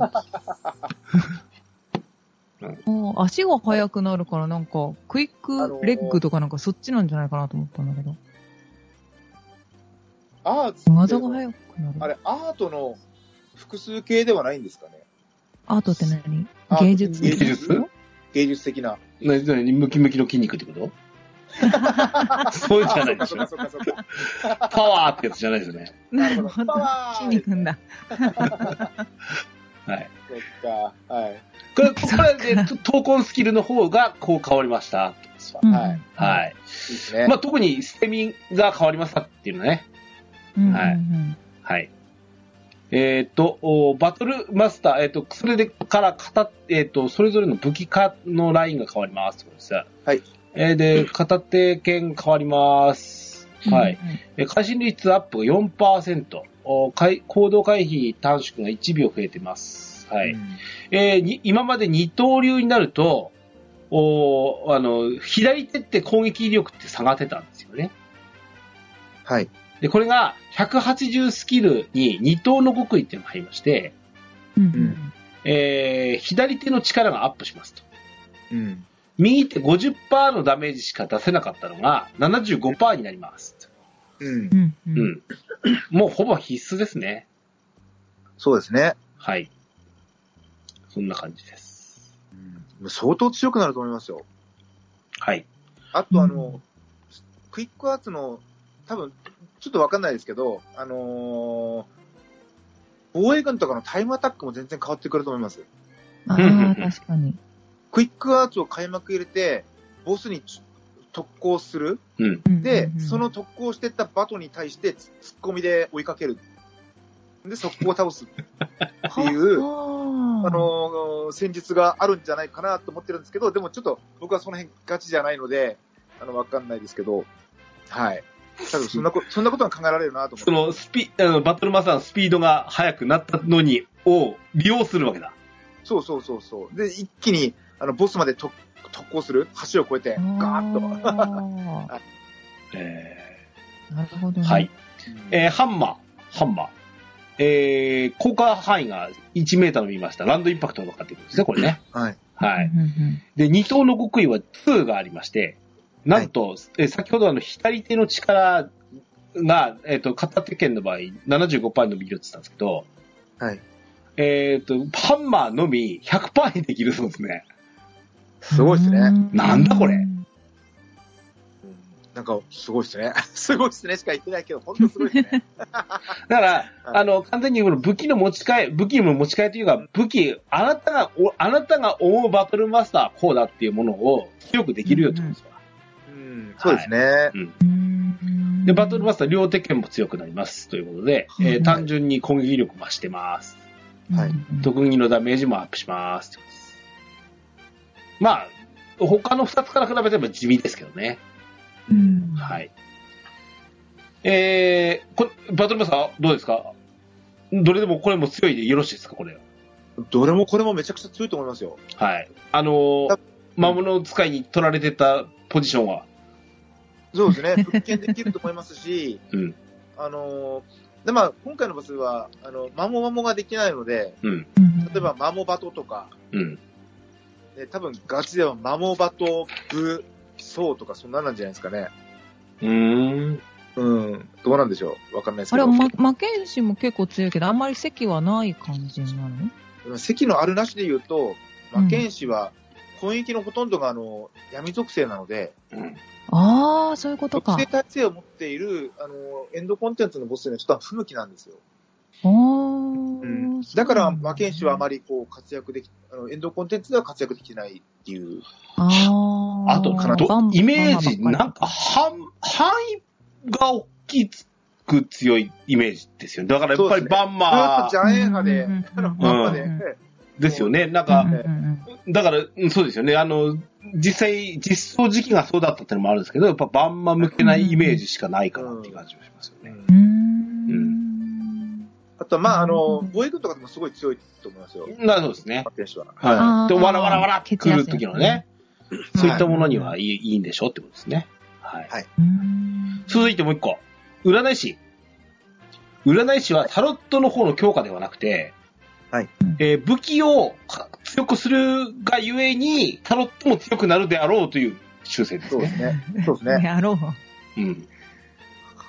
もう足が速くなるから、なんか、クイックレッグとかなんかそっちなんじゃないかなと思ったんだけど。アーツって技が速くなある。れ、アートの複数形ではないんですかねアートって何あ芸術芸術芸術的な。ななにムキムキの筋肉ってことそういうんじゃないでしそょっか。そっかそっか。パワーってやつじゃないですよね。な なるるほほどどパワー。筋肉んだ。はい。そっか。はい。これ、これで、闘魂スキルの方がこう変わりました。うんはい。はい。いいですね。。まあ、特に捨て身が変わりましたっていうのね。うんうんうんはいはい。えっ、と、おバトルマスター、えっ、と、それでから語っ、えっ、と、それぞれの武器化のラインが変わりますってことです。はいえーで、片手剣変わります。はい。。えー会心率アップが4%。お回行動回避短縮が1秒増えてます。はい。うんえーに今まで二刀流になると、おあの、左手って攻撃力って下がってたんですよね。はい。で、これが180スキルに二刀の極意っていうのが入りまして、うんうんんえー左手の力がアップしますと。うん。右手50%のダメージしか出せなかったのが75%になります。うんう。んううんん。もうほぼ必須ですね。そうですね。はい。そんな感じです。うん相当強くなると思いますよ。はい。あと、あの、クイックアーツの、多分、ちょっとわかんないですけど、あのー防衛軍とかのタイムアタックも全然変わってくると思います。あうんうんうんあ、確かに。クイックアーツを開幕入れて、ボスにち特攻する。うん。うんうんうんで、そ、の特攻してったバトに対してつ突っ込みで追いかける。で、速攻を倒すっていう、ああ、のー戦術があるんじゃないかなと思ってるんですけど、でもちょっと僕はその辺ガチじゃないので、あの、わかんないですけど、はい。多分そんなこと、そんなことは考えられるなと思そって。のスピ、あの、バトルマスターのスピードが速くなったのに、を利用するわけだ。そうそうそうそう。で、一気に、あの、ボスまでと特攻する橋を越えて、ガーッと。と。えなるほどーね。はい。。えーハンマー。ハンマー。えー、効果範囲が1メーター伸びました。ランドインパクトがかかってくるんですね、これ ね。はい。はい。うんうんで、二刀の極意は2がありまして、なんと、え先ほどあの、左手の力が、えっ、と、片手剣の場合、75%伸びるって言ったんですけど、はい。えっ、と、ハンマーのみ100%にできるそうですね。すごいですね。。なんだこれうんなんか、すごいですね。 すごいですねしか言ってないけど、ほんとすごいですね。だから、あの、完全にこの武器の持ち替え、武器の持ち替えというか、武器、あなたが、おあなたが思うバトルマスターはこうだっていうものを強くできるよってことですわうん、そうですね。うんで、バトルマスター両手剣も強くなりますということで、えー単純に攻撃力増してます。はいうんうん特技のダメージもアップしますってことです。まあ、他の2つから比べても地味ですけどね。うんはい。えー、これ、バトルマスターどうですかどれでもこれも強いでよろしいですかこれ。どれもこれもめちゃくちゃ強いと思いますよ。はい。あのー、魔物使いに取られてたポジションは。そうです ね、復権できると思いますし、うんあのーでまあ、今回のボスはあの、マモマモができないので、うん、例えば、マモバトとか、うん。え多分ガチではマモバト、ブ、ソウとか、そんなんなんじゃないですかね。うーん。うん、どうなんでしょう、わかんないですあけれ、ど、ま、魔剣士も結構強いけど、あんまり席はない感じなの席のあるなしで言うと、うん魔剣士は、攻撃のほとんどがあの闇属性なので、うんああ、そういうこと属か。性耐性を持っているあのエンドコンテンツのボスにはちょっと不向きなんですよ。あうんーだから、魔剣士はあまり。りこう活躍でき、あのエンドコンテンツでは活躍できてないっていう。あーあと、かなどバンイメージ、バンバなンんか、範、範囲が大きく強いイメージですよね。だからやっぱそうですりねバンそれはマジャンエーハでうんうん、あのバンマうでん、ーですよね。なんバかン、バンうんうんだから、うんそうですよね。あの、実際、実装時期がそうだったってのもあるんですけど、やっぱバンマ向けないイメージしかないかなっていう感じがしますよね。ううんん。あと、まあ、あうの、ん防衛軍とかでもすごい強いと思いますよ。なそうですねマ。テン氏は。あはい。ーで、わらわらわらってくる時のね、そういったはものにはいいいいんでしょうってことですね。はい。うん続いてもう一個。占い師。占い師はタロットの方の強化ではなくて、はいえー武器をか強くするがゆえに、タロットも強くなるであろうという修正ですそうでね。すね。そうですね。やろう。はうん。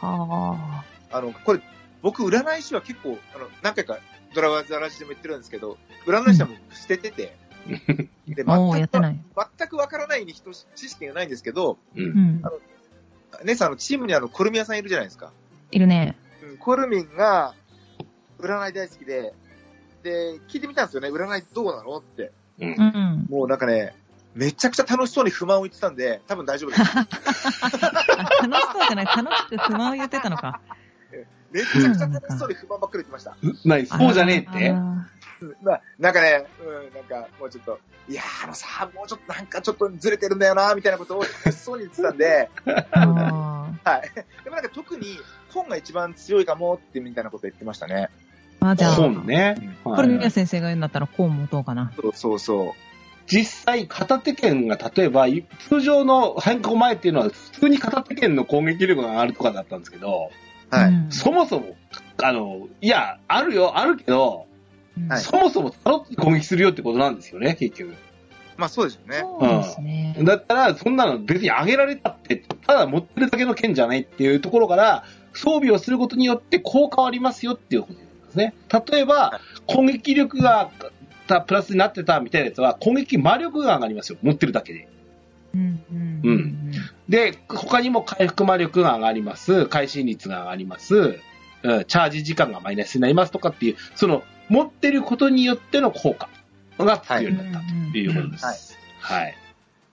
あ。あの、これ、僕、占い師は結構、あの、何回かドラマザラジでも言ってるんですけど、占い師はもう捨ててて、で、おーやってない全くわからないに等し知識がないんですけど、う。うんん。姉さん、あのチームにあの、コルミ屋さんいるじゃないですか。いるね。うんコルミンが、占い大好きで、で、聞いてみたんですよね。占いどうなのって。うんう。ん。もうなんかね、めちゃくちゃ楽しそうに不満を言ってたんで、多分大丈夫です。 あ楽しそうじゃない楽しく不満を言ってたのか。めちゃくちゃ楽しそうに不満ばっかり言ってました。何そうじゃねえってあうんまあ、なんかね、うん、なんか、もうちょっと、いやー、あのさ、もうちょっと、なんかちょっとずれてるんだよな、みたいなことを楽しそうに言ってたんで、らあはい。でもなんか特に、本が一番強いかもって、みたいなこと言ってましたね。ー。まあ、じゃあ、本ね。これは宮い先生が言うんだったら、こうもどうかな。そうそうそ実際、片手剣が例えば、い通常の変更前っていうのは、普通に片手剣の攻撃力があるとかだったんですけど、う。はうい。んそもそも、あの、いや、あるよ、あるけど、うんはいそもそもタロットで攻撃するよってことなんですよね、結局。まあそうですよね。そうですね。だったら、そんなの別に上げられたって、ただ持ってるだけの剣じゃないっていうところから、装備をすることによって効果はありますよっていうことなんですね。例えば、攻撃力がたプラスになってたみたいなやつは、攻撃魔力が上がりますよ、持ってるだけで。うん。うんううんで、他にも回復魔力が上がります、回心率が上がります、うん、チャージ時間がマイナスになりますとかっていう、その、持ってることによっての効果が強いようになったということです。はい。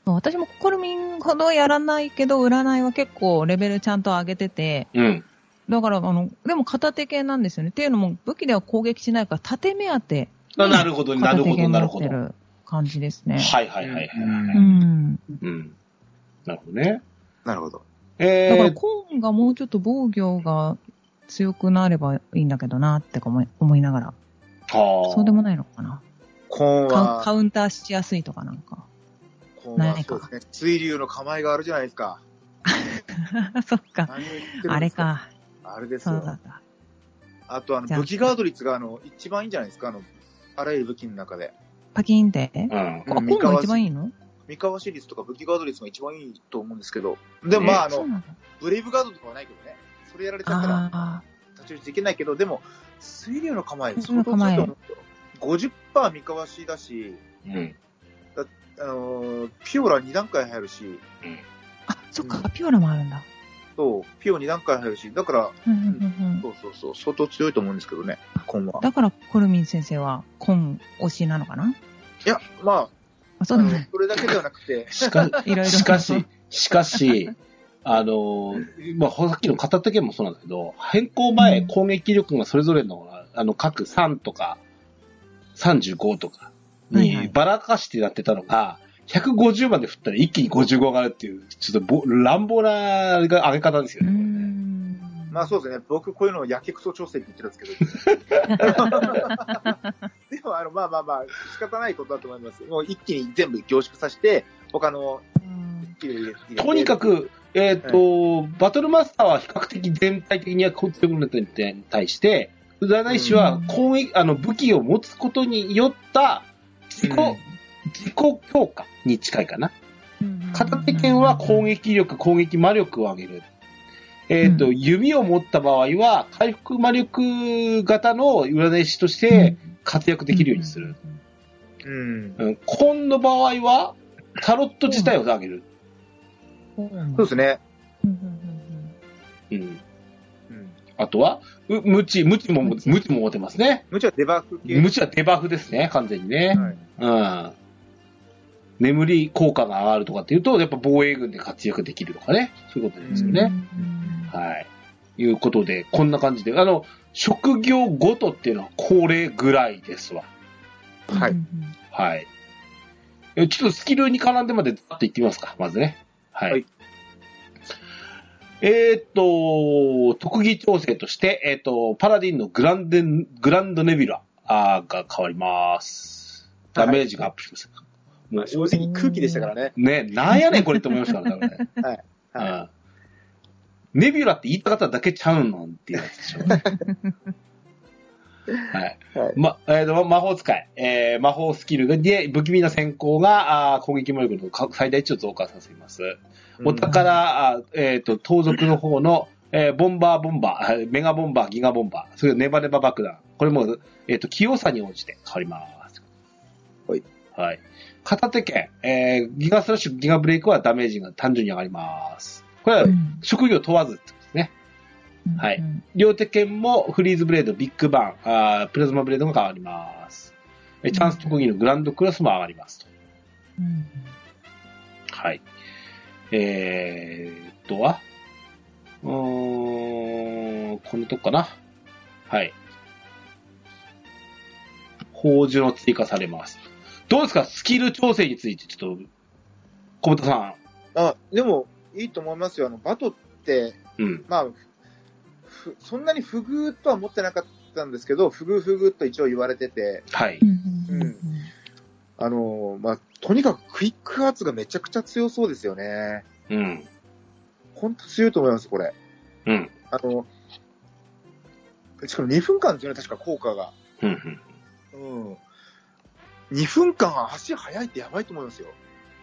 そう私もコルミンほどやらないけど、占いは結構レベルちゃんと上げてて、うん。だから、あの、でも片手系なんですよね。っていうのも、武器では攻撃しないから、縦目当て、あなるほど、なる片手ほ系ど、にななるっほてど。る感じですね。はいはいはいはい。うい。ん。うん。なるほどね。なるほど。えだからー、コーンがもうちょっと防御が強くなればいいんだけどなってか思い思いながら。はあそうでもないのかな。コーンカウカは、ウンターしやすいとかなんか。 コーンはないそかうですね。水流の構えがあるじゃないですか。そっか。何を言ってるんですあれ。か。あれですそうよ。だった。あと、あの、じゃあ武器ガード率が、あの、一番いいんじゃないですか、あの、あらゆる武器の中で。パキンって。うん。あ、うコーんンが一番いいの三河市率とか武器ガード率が一番いいと思うんですけど。でも、まあ、あそのう、なんだ。ブレイブガードとかはないけどね。それやられちゃったら、あ立ち打ちできないけど、でも、水流の構え、水相流の当強構いえと思うよ。50%三河市だし、うん。あのーピオラ2段階入るし、あ。あ、そっか。ピオラもあるんだ。そう、ピオ2段階入るし、だから、うんうんうんうんそうそうそう、相当強いと思うんですけどね、今は。だから、コルミン先生は、コーン推しなのかないや、まあ、あ、そあうのだね。それだけではな くて、しか、いろいろ。しかし。、しか し、あのーまあ、さっきの片手剣もそうなんだけど、変更前、うん攻撃力がそれぞれの、あの、各3とか、35とかはいはいにばらかしてやってたのが、150まで振ったら一気に55上がるっていう、ちょっとぼ乱暴な上げ方ですようーね。これねん。まあそうですね、僕こういうのをやけくそ調整って言ってるんですけど。でも、あの、まあまあまあ、仕方ないことだと思います。もう一気に全部凝縮させて、他のうん入れて、とにかく、えっ、と、バトルマスターは比較的全体的にはこう強くなったに対して、占い師は攻撃、あの武器を持つことによった自己、うん自己強化に近いかな。片手剣は攻撃力、攻撃魔力を上げる。えっ、と、う弓を持った場合は、回復魔力型の占い師として活躍できるようにする。うん。うん、コンの場合は、タロット自体を上げる。うん。うんそうですね。うんうんうんうんうん。あとは、う無知、無知も、無無知知も持てますね。むちゃデバッグ系。無知はデバフですね、完全にね。はうん。い眠り効果が上がるとかっていうと、やっぱ防衛軍で活躍できるとかね。そういうことですよね。うんはい。いうことで、こんな感じで、あの、職業ごとっていうのはこれぐらいですわ。はいうんはい。えちょっとスキルに絡んでまでざっといってみますか、まずね。はい。はいえーっと、特技調整として、えーっと、パラディンのグランデン、グランドネビュラあーが変わります。ダメージがアップします。まあ正直空気でしたからね。ね、なんやねんこれって思いましたからね。多分ねはいうんネビュラって言いたかっただけちゃうのんっていうやつで しょうね。はい。はいま、えーと、魔法使い。えー魔法スキルで、不気味な先行が、あー攻撃能力のか最大値を増加させます。お宝、あーえっ、と、盗賊の方の、えーボンバーボンバーあー、 メガボンバー、ギガボンバー、それからネバネバ爆弾。これも、えっ、と、器用さに応じて変わります。はい。はい。片手剣、えー、ギガスラッシュ、ギガブレイクはダメージが単純に上がります。これはうん職業問わずってことですね。はいうん両手剣もフリーズブレード、ビッグバン、あープラズマブレードが変わります。えチャンス特技のグランドクラスも上がりますと。うんはい。えー、っとは、うーん、このとこかな。はい。宝珠の追加されます。どうですかスキル調整について、ちょっと、小本さあ、でも、いいと思いますよ。あの、バトって、ん。うん。まあ、ふふそんなに不遇とは思ってなかったんですけど、不遇不遇と一応言われてて、はい。うんうんあのーまあ、とにかくクイックアーツがめちゃくちゃ強そうですよね。うん。ほんと強いと思います、これ。うん。あの、しかも2分間ですよね、確か効果が。うんうん。うん。2分間足速いってやばいと思いますよ。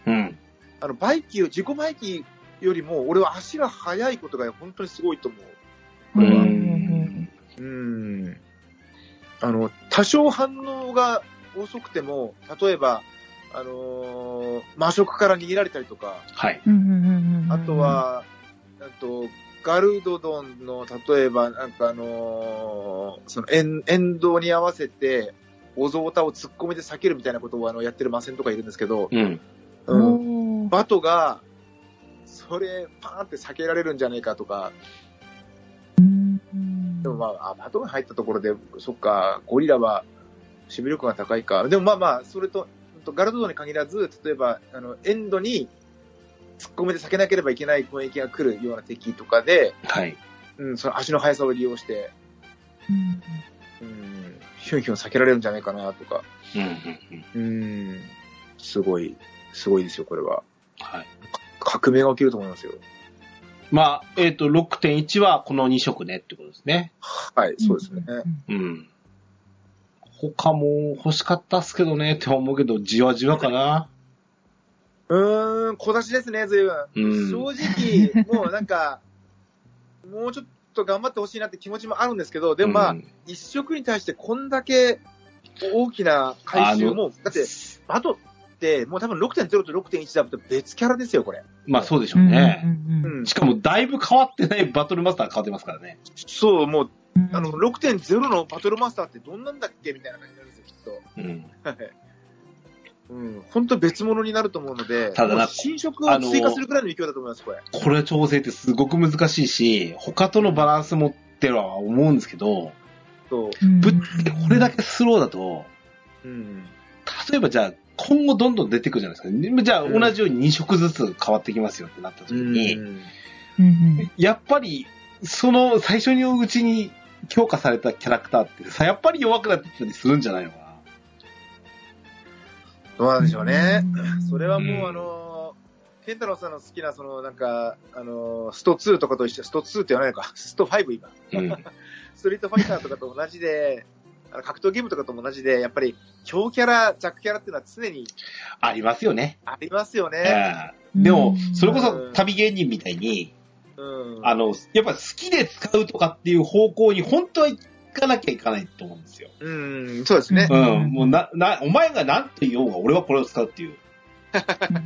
うん。あの、バイキー、自己バイキーよりも、俺は足が速いことが本当にすごいと思ううんん。う。うん。あの、多少反応が遅くても、例えば、あのー魔食から逃げられたりとか、はい。うんうんうんうんあと、は、あと、ガルドドンの、例えば、なんかあのーその、沿沿道に合わせて、お像たを突っ込みで避けるみたいなことをあのやってる魔戦とかいるんですけど、うん。うんおーバトが、それ、パーンって避けられるんじゃねえかとか、うんうんでもまあ、あバトが入ったところで、そっか、ゴリラは、守備力が高いか。でもまあまあ、それと、とガルドドンに限らず、例えば、あの、エンドに、突っ込みで避けなければいけない攻撃が来るような敵とかで、はい。うん、その足の速さを利用して、うんうん、ヒュンヒュン避けられるんじゃないかなとか、うん。うん。うん。うん、すごい、すごいですよ、これは。はい。革命が起きると思いますよ。まあ、えっ、と、6.1はこの2色ねってことですね。はい、そうですね。うん。他も欲しかったっすけどねって思うけど、じわじわかな。うーん、小出しですね、随分。うん正直、もうなんか、 もうちょっと頑張ってほしいなって気持ちもあるんですけど、でもまあ、うん一色に対してこんだけ大きな回収も、だって、バトって、もう多分6.0と6.1だと別キャラですよ、これ。まあそうでしうょうんね。うんうんしかもだいぶ変わってないバトルマスター変わってますからね。そう、もううんあの、6.0のバトルマスターってどんなんだっけみたいな感じなんですよ、きっと。うん。はいうん、本当別物になると思うので、ただなもう新色を追加するくらいの勢いだと思います、これ。これ調整ってすごく難しいし、他とのバランスもっては思うんですけど、そう。ぶっつけこれだけスローだと、うん。例えばじゃあ今後どんどん出てくるじゃないですか。じゃあうん同じように2色ずつ変わってきますよってなった時に、うんうんやっぱり、その最初のうちに強化されたキャラクターってさ、やっぱり弱くなってきたりするんじゃないのかな。どうなんでしょうね。それはうんもう、あのー、ケンタロウさんの好きな、その、なんか、あのー、スト2とかと一緒、スト2って言わないのか、 スト5今。うん。ストリートファイターとかと同じで、あの格闘ゲームとかと同じで、やっぱり、強キャラ、弱キャラっていうのは常にありますよね。ありますよね。うんでも、それこうそん旅芸人みたいに、うん。あの、やっぱ好きで使うとかっていう方向に本当は行かなきゃいかないと思うんですよ。うん、そうですね。ううんん。もうな、な、お前が何て言おうが俺はこれを使うっていう。うん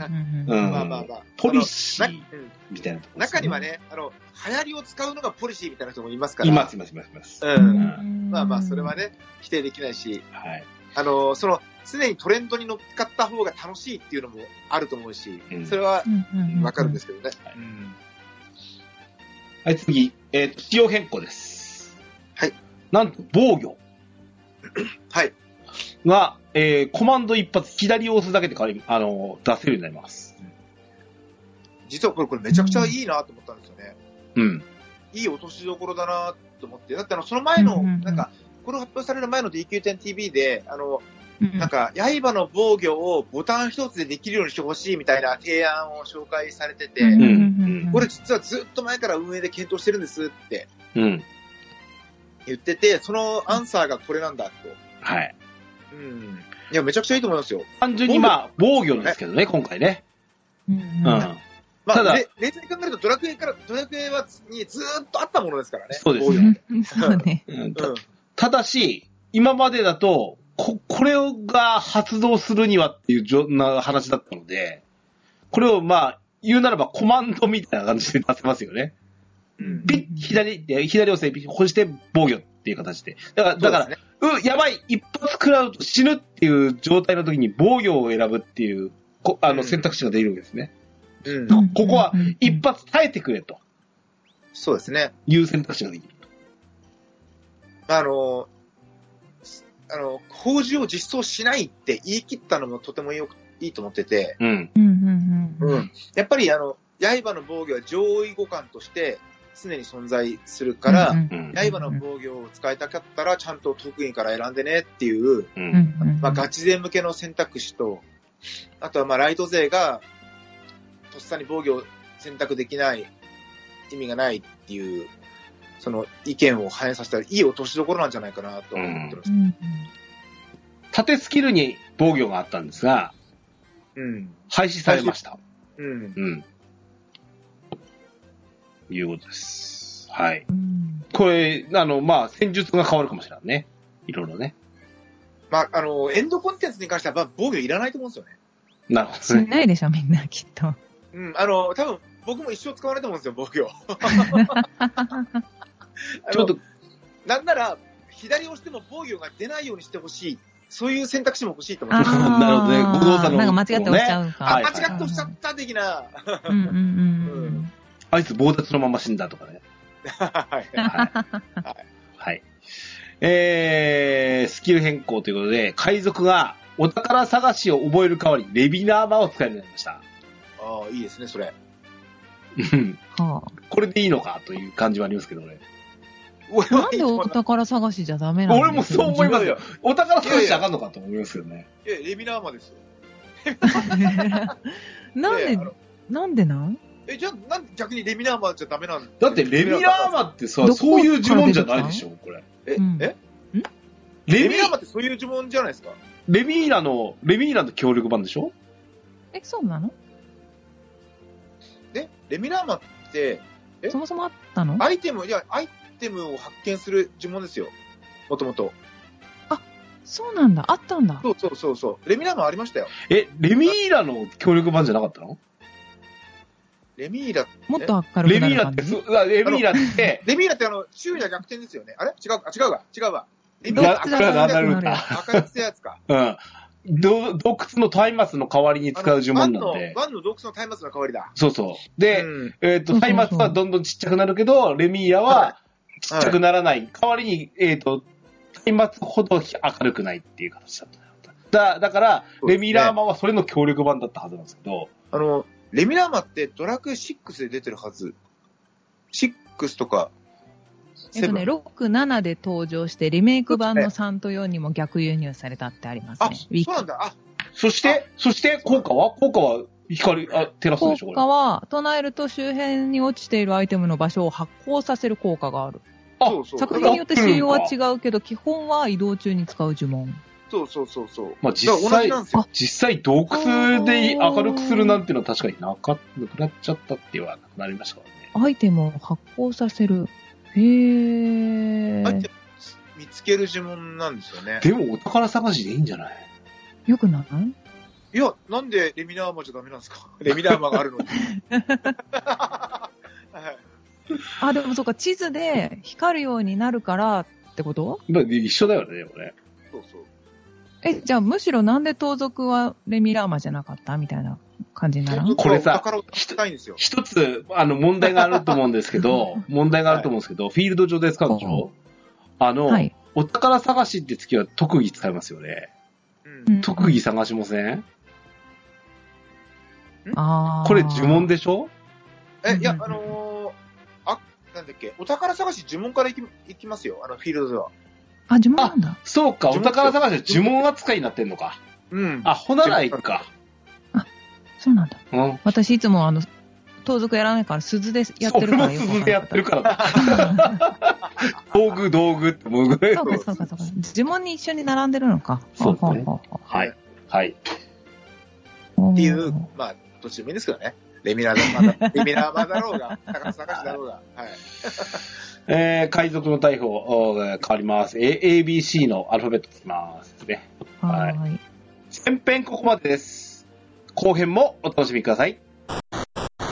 ううんうんん。まあまあまあ。ポリシなーうんみたいなとこです中には。ね、あの、流行りを使うのがポリシーみたいな人もいますから。います、います、います、います。う。うんんまあまあ、それはね、否定できないし、はい。あの、その、常にトレンドに乗っかった方が楽しいっていうのもあると思うしうん、それはうんうんうんわかるんですけどね。はい、次。えっ、と、仕様変更です。はい。なんと、防御はい。が、えー、コマンド一発左を押すだけで変わり、あの、出せるようになります。実はこれ、これめちゃくちゃいいなと思ったんですよね。うん。いい落としどころだなと思って。だってあの、その前の、うんうんうんなんか、これ発表される前の DQ10TV で、あの、うんなんか、刃の防御をボタン一つでできるようにしてほしいみたいな提案を紹介されてて、うんうんうんうんこれ実はずっと前から運営で検討してるんですってうん。言ってて、そのアンサーがこれなんだと。はい。うん。いや、めちゃくちゃいいと思いますよ。単純にまあ、防御ですけどね、今回ね。ううんうんん。まあ、ただれ冷静に考えるとドラクエから、ドラクエはにずーっとあったものですからね。そうですこよいのそうね。うんうん。ただし、今までだと、こ、これをが発動するにはっていうじょな話だったので、これをまあ、言うならばコマンドみたいな感じで出せますよね。うんピッ、左、で左押せ、ピッ、押して防御っていう形で。だから、だから、う、やばい、一発食らうと死ぬっていう状態の時に防御を選ぶっていう、こあうのん選択肢が出るんですね。そうですね。うんここは一般発耐えてくれとそうですね。いう選択肢ができる。あの、すあの、法事を実装しないって言い切ったのもとてもよく、いいと思ってて、うん。うんうんうん。ん。やっぱりあの、刃の防御は上位互換として常に存在するから、うんうん。刃の防御を使いたかったら、ちゃんと特技から選んでねっていう、う。うんんうんうんまあ、ガチ勢向けの選択肢と、あとはまあライト勢が、とっさに防御を選択できない、意味がないっていう、その意見を反映させたら、いい落としどころなんじゃないかなと思ってまうす。ん縦スキルに防御があったんですが、うん。廃止されました。うん。うん。いうことです。はい。 うんこれ、あの、まあ、戦術が変わるかもしれんね。いろいろね。まあ、あの、エンドコンテンツに関しては、まあ防御いらないと思うんですよね。なるほしどね。ないでしょ、みんな、きっと。うん。あの、多分、僕も一生使わないと思うんですよ、防 御。あちょっのと、なんなら、左を押しても防御が出ないようにしてほしい。そういう選択肢も欲しいと思い あます。ーなるほどねご苦労様のなんか間違って押しちゃうあ、はかい。間違って押しちゃった的な。うんうんうんう。うんあいつ棒立ちのまま死んだと かね。はい。 はい。はい。えー、スキル変更ということで、海賊がお宝探しを覚える代わりにレビナーマを使えるようになりま した。ああ、いいですね、それ。うんはこれでいいのかという感じはありますけどね。あなんでお宝探しじゃダメなの俺もそう思いますよ。お宝探いやしいやあかんのかと思いますよね。いや、レビナーマですよ。なんいでやあの、なんでなんえ、じゃあ、なんで逆にレビナーマじゃダメなんだってレビナーマってさ、どこそういう呪文じゃないでしょ、これ。え、うんえレレミビナーマってそういう呪文じゃないですかレミーラの、レミーラの協力版でしょえ、そうなのえレビナーマって、えそもそもあったのアイテム、いや、アイテムを発見する呪文ですよ。もともと。そうなんだ、あったんだ。そうそうそうそう。レビナーマありましたよ。え、レミーラの協力版じゃなかったのレミーラ、もっと明るレくなミるーラっ感てじそ、あレミーラって、レビーラってあの、昼夜逆転ですよね。あれ違うか、あ違うわ、違うわ。レどビっーちラだっかてらどっちだ明る明るくなるくなやる赤いやつ か。うん。ど洞窟のタイマスの代わりに使う呪文なんあのワンでの、。ワンの洞窟の松明の代わりだ。そうそう。で、うんえっ、そと、うそうタそイうマスはどんどんちっちゃくなるけど、レミーラはちっちゃくならない。代わりに、えっ、と、タイマスほど明るくないっていう形だった。だだから、そうですねレミーラーマンはそれの協力版だったはずなんですけど、あの、レミラーマってドラクエ6で出てるはず。6とか、えっとね、 7 6、7で登場して、リメイク版の3と4にも逆輸入されたってありますあ、ね。ウィそうなんだ。あ、そして、そして効果は効果は光、あ、照らすんでしょこ効れ果。は、唱えると周辺に落ちているアイテムの場所を発光させる効果がある。あそうそう。作品によって仕様はう。違うけど、基本は移動中に使う呪文。そうそうそうそう。まあ実際だから同じなんですよ。実際洞窟で明るくするなんていうのは確かになかなくなっちゃったっていうのはなくなりましたからね。アイテムを発光させる。へアイーテ。ム見つける呪文なんですよね。でもお宝探しでいいんじゃないよくないいや、なんでレミラーマじゃダメなんですか レミラーマがあるのに。はいあ、でもそうか、地図で光るようになるからってことまあ一緒だよね、でもね。そうそう。え、じゃあむしろなんで盗賊はレミラーマじゃなかったみたいな感じにならんこれさお宝を聞きたいんですよ。一つ、あの、問題があると思うんですけど、 問題があると思うんですけど、フィールド上で使うでしょあの、はい。お宝探しって月は特技使いますよね。うんうん特技探しませんあーこれ呪文でしょえ、いや、あのー、あ、なんだっけ、お宝探し呪文からいきいきますよ、あの、フィールドでは。あ、呪文なんだ。そうか、お呪文宝探しは呪文扱いになってんのか。うん。あ、ほならいか。そうなんだ。うん。私いつもあの、盗賊やらないから鈴でやってるからよそう俺もくわ鈴かでんやなっかてるからだ。った。道具、道具ってもうぐらい そうか、そうか、そうか。呪文に一緒に並んでるのか。そうですねほうほうほうはい。はい。ほうっていう、まあ、どっちでもいいんですけどね。レミラーバ、レミラーバだろうが、高須隆史だろうが。はい。えー海賊の逮捕、おー変わります。A、ABC のアルファベットつきますね。はーい。前編ここまでです。後編もお楽しみください。